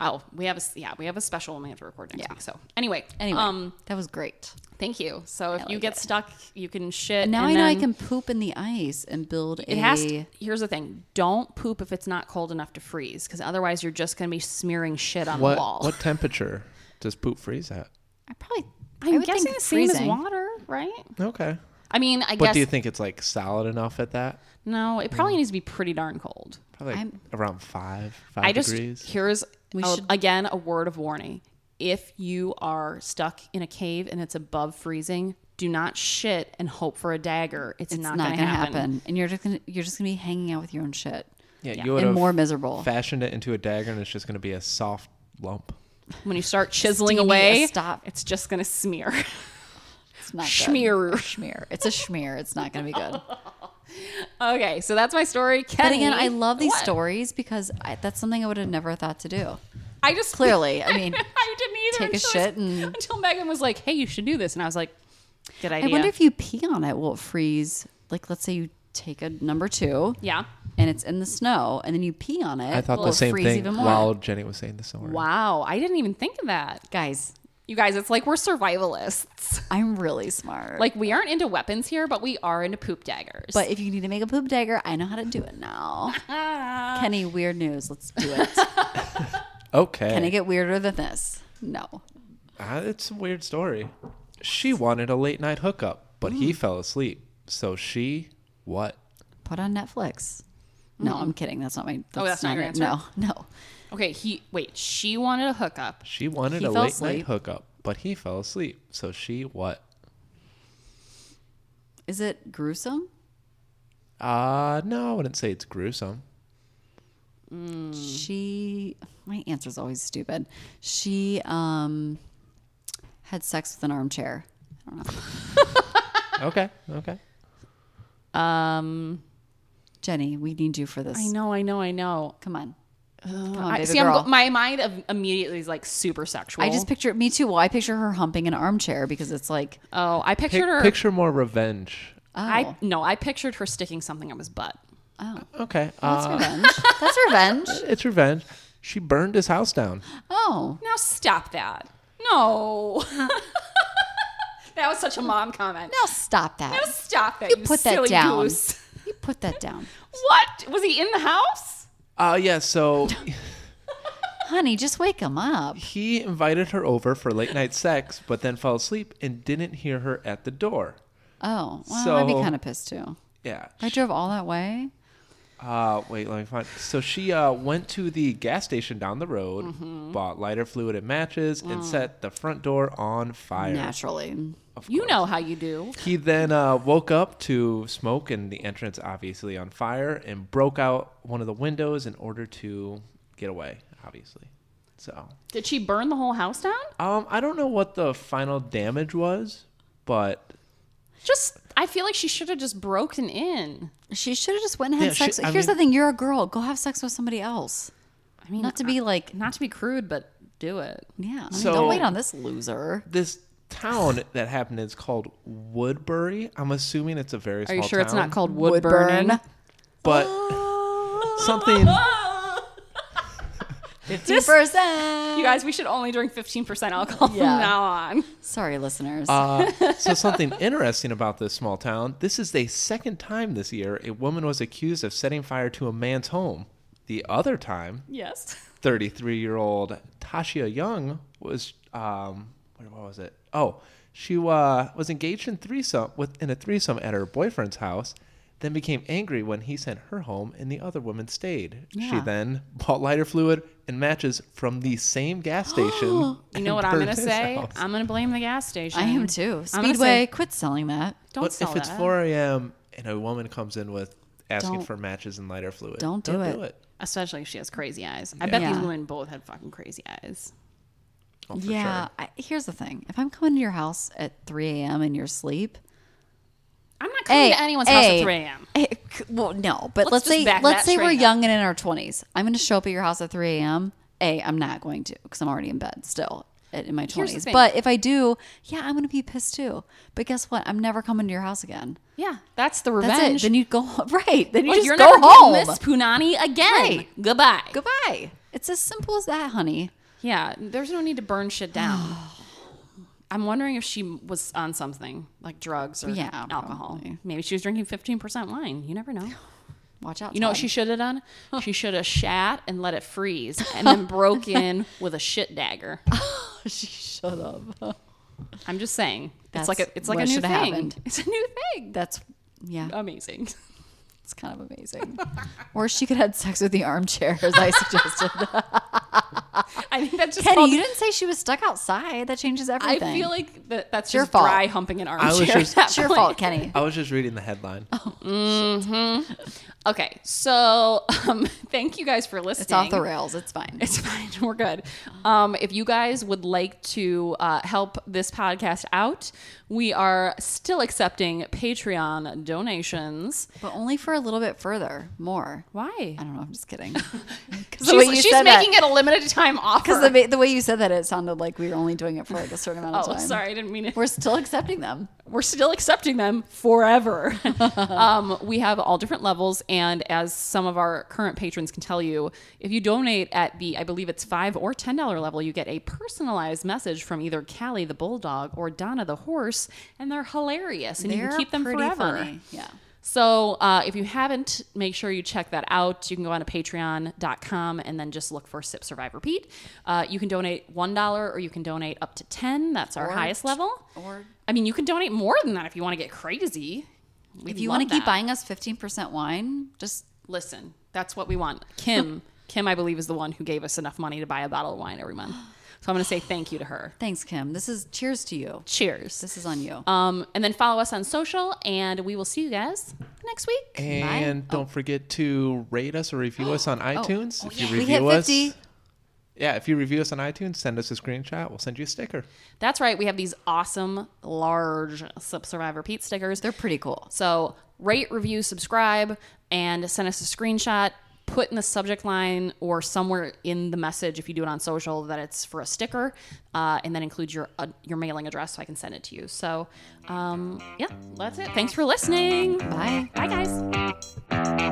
B: Oh, we have a yeah, we have a special one we have to record next
C: Yeah.
B: week. So anyway,
C: Anyway,
B: um,
C: that was great.
B: thank you. So if you
C: like
B: get
C: it.
B: stuck, you can shit.
C: And now
B: and
C: I know I
B: then
C: can poop in the ice and build
B: It
C: a.
B: has. To, here's the thing: don't poop if it's not cold enough to freeze, because otherwise you're just gonna be smearing shit on
D: What
B: the wall.
D: what temperature does poop freeze at?
C: I probably. I
B: I'm
C: would
B: guessing
C: think
B: the same
C: freezing.
B: as water, right?
D: Okay.
B: I mean, I
D: But
B: guess
D: do you think it's like solid enough at that?
B: no. It probably needs to be pretty darn cold.
D: Probably
C: I'm-
D: around five, five
B: I just
D: degrees.
B: here's a-
C: should-
B: again a word of warning: if you are stuck in a cave and it's above freezing, do not shit and hope for a dagger. It's,
C: It's
B: not, going to happen.
C: and you're just gonna you're just gonna be hanging out with your own shit
D: Yeah,
B: yeah.
D: you would
C: and
D: have
C: more miserable.
D: fashioned it into a dagger, and it's just going to be a soft lump.
B: When you start chiseling
C: Steamy,
B: away,
C: a stop. Oh,
B: It's just going to smear.
C: It's not good.
B: Schmear.
C: Schmear. It's a schmear. It's not gonna be good.
B: okay, so that's my story.
C: But
B: Kenny,
C: again, I love these
B: what?
C: stories because I, that's something I would have never thought to do.
B: I just
C: Clearly, I mean,
B: I didn't either.
C: take a
B: until-
C: shit and-
B: until Megan was like, "Hey, you should do this," and I was like, "Good
C: I
B: idea."
C: wonder if you pee on it, will it freeze? Like, let's say you take a number two
B: Yeah.
C: and it's in the snow and then you pee on it.
D: I thought
C: well,
D: the
C: it
D: same
C: frees
D: thing
C: even more.
D: while Jenny was saying the same word.
B: Wow. I didn't even think of that.
C: Guys,
B: You guys, it's like we're survivalists.
C: I'm really smart.
B: Like we aren't into weapons here, but we are into poop daggers.
C: but if you need to make a poop dagger, I know how to do it now. Kenny, weird news. Let's do it.
D: Okay.
C: Can it get weirder than this? No.
D: Uh, it's a weird story. She wanted a late night hookup, but
C: Mm.
D: he fell asleep. So she what?
C: Put on Netflix.
D: Mm-hmm.
C: No, I'm kidding. That's not my. That's
D: Oh,
B: that's not your
C: it. No, no.
B: okay, he wait, she wanted a hookup.
D: She wanted
C: He
D: a
C: fell
D: late night
C: asleep.
D: hookup, but he fell asleep. So she what?
C: Is it gruesome?
D: Uh no, I wouldn't say it's gruesome.
C: Mm-hmm. She. My answer's always stupid. She um had sex with an armchair. I don't know.
D: Okay, okay.
B: Um
C: Jenny, we need you for this.
B: I know, I know, I know.
C: Come on. Come
B: I-
C: on, baby
B: see, I'm
C: girl.
B: go- my mind of immediately is like super sexual.
C: I just picture me too. Well, I picture her humping an armchair because it's like
B: oh, I
D: Pic-
B: pictured her.
D: picture more revenge.
C: Oh.
B: I no, I pictured her sticking something up his butt.
D: Okay.
C: that's
D: Uh,
C: revenge. that's revenge.
D: it's revenge. She burned his house down.
C: Oh,
B: Now stop that. No. that was such a mom comment.
C: now stop that.
B: Now stop that.
C: you,
B: You,
C: put that
B: silly
C: down.
B: goose.
C: You put that down,
B: What? Was he in the house?
D: Uh yeah, so
C: honey. Just wake him up.
D: He invited her over for late night sex, but then fell asleep and didn't hear her at the door.
C: Oh, well, I'd be
D: So-
C: kind of pissed too.
D: Yeah.
C: I drove all that way.
D: Uh, wait, let me find. So she uh, went to the gas station down the road, bought lighter fluid and matches, and set the front door on fire.
C: Naturally.
B: You know how you do.
D: He then uh, woke up to smoke and the entrance obviously on fire and broke out one of the windows in order to get away, obviously. So
B: Did she burn the whole house down?
D: um, I don't know what the final damage was, but
B: Just I feel like she should have just broken in.
C: She should have just went and had
D: Yeah, she-
C: sex.
D: I
C: Here's
D: mean-
C: the thing: you're a girl. Go have sex with somebody else.
B: I mean,
C: Not to be like,
B: not to be crude, but do it.
C: yeah. I mean,
D: So-
C: don't wait on this loser.
D: this town that happened is called Woodbury. I'm assuming it's a very
B: Are
D: small
B: you sure it's
D: town,
B: not called Oh. wood burning?
D: but something
C: Fifty percent.
B: You guys, we should only drink 15% alcohol
C: Yeah.
B: from now on.
C: Sorry, listeners.
D: uh, so something interesting about this small town. This is the second time this year a woman was accused of setting fire to a man's home. The other time,
B: Yes.
D: 33-year-old Tasha Young was um where what was it? Oh, she uh, was engaged in threesome with in a threesome at her boyfriend's house. Then became angry when he sent her home and the other woman stayed. She
C: Yeah.
D: then bought lighter fluid and matches from the same gas station.
B: You know what I'm going to say? I'm going to blame the gas station.
C: I am too.
B: I'm gonna
C: Speedway,
B: say,
C: quit selling that.
B: don't
D: but
B: sell
D: if it's
B: that.
D: 4 a.m. and a woman comes in with asking
C: Don't-
D: for matches and lighter fluid,
C: don't do it.
B: Especially if she has crazy eyes. I bet
C: Yeah.
B: these women both had fucking crazy eyes.
D: Oh, for
C: yeah.
D: sure.
C: I, here's the thing: if I'm coming to your house at 3 a.m. in your sleep,
B: I'm not coming to anyone's house
C: hey,
B: at 3 a.m.
C: hey, c- well, no, but
B: Let's
C: let's,
B: just
C: say
B: back
C: let's
B: that
C: say we're
B: train up.
C: young and in our 20s. I'm going to show up at your house at 3 a.m. A, I'm not going to because I'm already in bed still at- in my
B: Here's the
C: 20s.
B: thing.
C: But if I do, yeah, I'm going to be pissed too. But guess what? I'm never coming to your house again.
B: Yeah, that's the
C: That's
B: revenge.
C: it. Then you go right. Then you
B: Like,
C: just
B: you're
C: go
B: never
C: home.
B: getting this punani again.
C: Right.
B: Goodbye.
C: Goodbye. It's as simple as that, honey.
B: Yeah, there's no need to burn shit down. I'm wondering if she was on something like drugs or
C: Yeah,
B: alcohol.
C: probably.
B: Maybe she was drinking 15% wine. You never know.
C: Watch out.
B: You know what
C: Todd.
B: she should have done? She should have shat and let it freeze and then broke in with a shit dagger. Oh,
C: she shut up.
B: I'm just saying. It's like
C: That's
B: a it's like a
C: what
B: new
C: should
B: thing.
C: have happened.
B: It's a new thing.
C: That's yeah.
B: Amazing.
C: It's kind of amazing. or she could have had sex with the armchair, as I suggested.
B: I think that's just
C: Kenny,
B: called,
C: you didn't say she was stuck outside. That changes
B: I
C: everything.
B: feel like that, that's
C: your
B: just dry
C: fault.
B: humping an
D: was
B: armchair.
D: just-
B: at that
C: it's your
B: point.
C: fault, Kenny.
D: I was just reading the headline.
B: Okay, so um, thank you guys for listening.
C: It's off the rails. It's fine.
B: It's fine. We're good. Um, if you guys would like to uh, help this podcast out, we are still accepting Patreon donations.
C: but only for a little bit further. More.
B: Why?
C: I don't know. I'm just kidding.
B: She's,
C: the way you
B: she's
C: said that-
B: making it a limited time offer.
C: Because the, way- the way you said that, it sounded like we were only doing it for like a certain amount of
B: oh,
C: time.
B: sorry, I didn't mean it.
C: We're still accepting them.
B: we're still accepting them forever. um, we have all different levels, and as some of our current patrons can tell you, if you donate at the, I believe it's five or ten dollar level, you get a personalized message from either Callie the bulldog or Donna the horse, and they're hilarious, and you
C: They're
B: can keep them
C: pretty
B: forever.
C: funny. Yeah.
B: So uh, if you haven't, make sure you check that out. You can go on to patreon.com and then just look for Sip Survive Repeat. Uh, you can donate $1 or you can donate up to 10 That's our
C: Or
B: highest
C: t-
B: level.
C: or-
B: I mean, you can donate more than that if you want to get crazy. We'd
C: If you
B: love
C: want to keep
B: that.
C: buying us 15% wine, just
B: Listen, that's what we want. Kim, Kim, I believe, is the one who gave us enough money to buy a bottle of wine every month. So I'm going to say thank you to her.
C: thanks, Kim. This is cheers to you.
B: Cheers.
C: This is on you.
B: Um, and then follow us on social, and we will see you guys next week.
D: And
C: Oh.
D: don't forget to rate us or review us on iTunes. if you
C: We
D: review
C: hit
D: us,
C: 50.
D: yeah, if you review us on iTunes, send us a screenshot. We'll send you a sticker.
B: That's right. We have these awesome large Sub Survivor Pete stickers.
C: They're pretty cool.
B: so rate, review, subscribe, and send us a screenshot. Put in the subject line or somewhere in the message if you do it on social that it's for a sticker, uh, and then include your uh, your mailing address so I can send it to you. So, um, yeah, that's it. Thanks for listening.
C: Bye.
B: Bye, guys.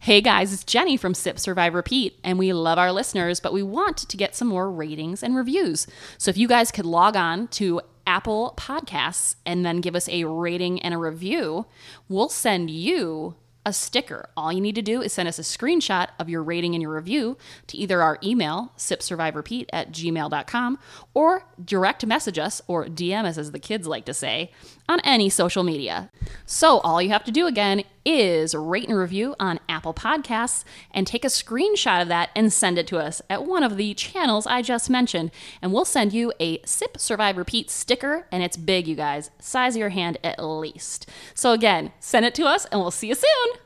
B: Hey guys, it's Jenny from Sip Survive Repeat, and we love our listeners, but we want to get some more ratings and reviews. So if you guys could log on to Apple Podcasts and then give us a rating and a review, we'll send you a sticker. All you need to do is send us a screenshot of your rating and your review to either our email, sipsurviverepeat at gmail.com, or direct message us, or DM us as the kids like to say, on any social media. So all you have to do again is rate and review on Apple Podcasts and take a screenshot of that and send it to us at one of the channels I just mentioned. And we'll send you a Sip Survive Repeat sticker, and it's big, you guys, size of your hand at least. So again, send it to us, and we'll see you soon.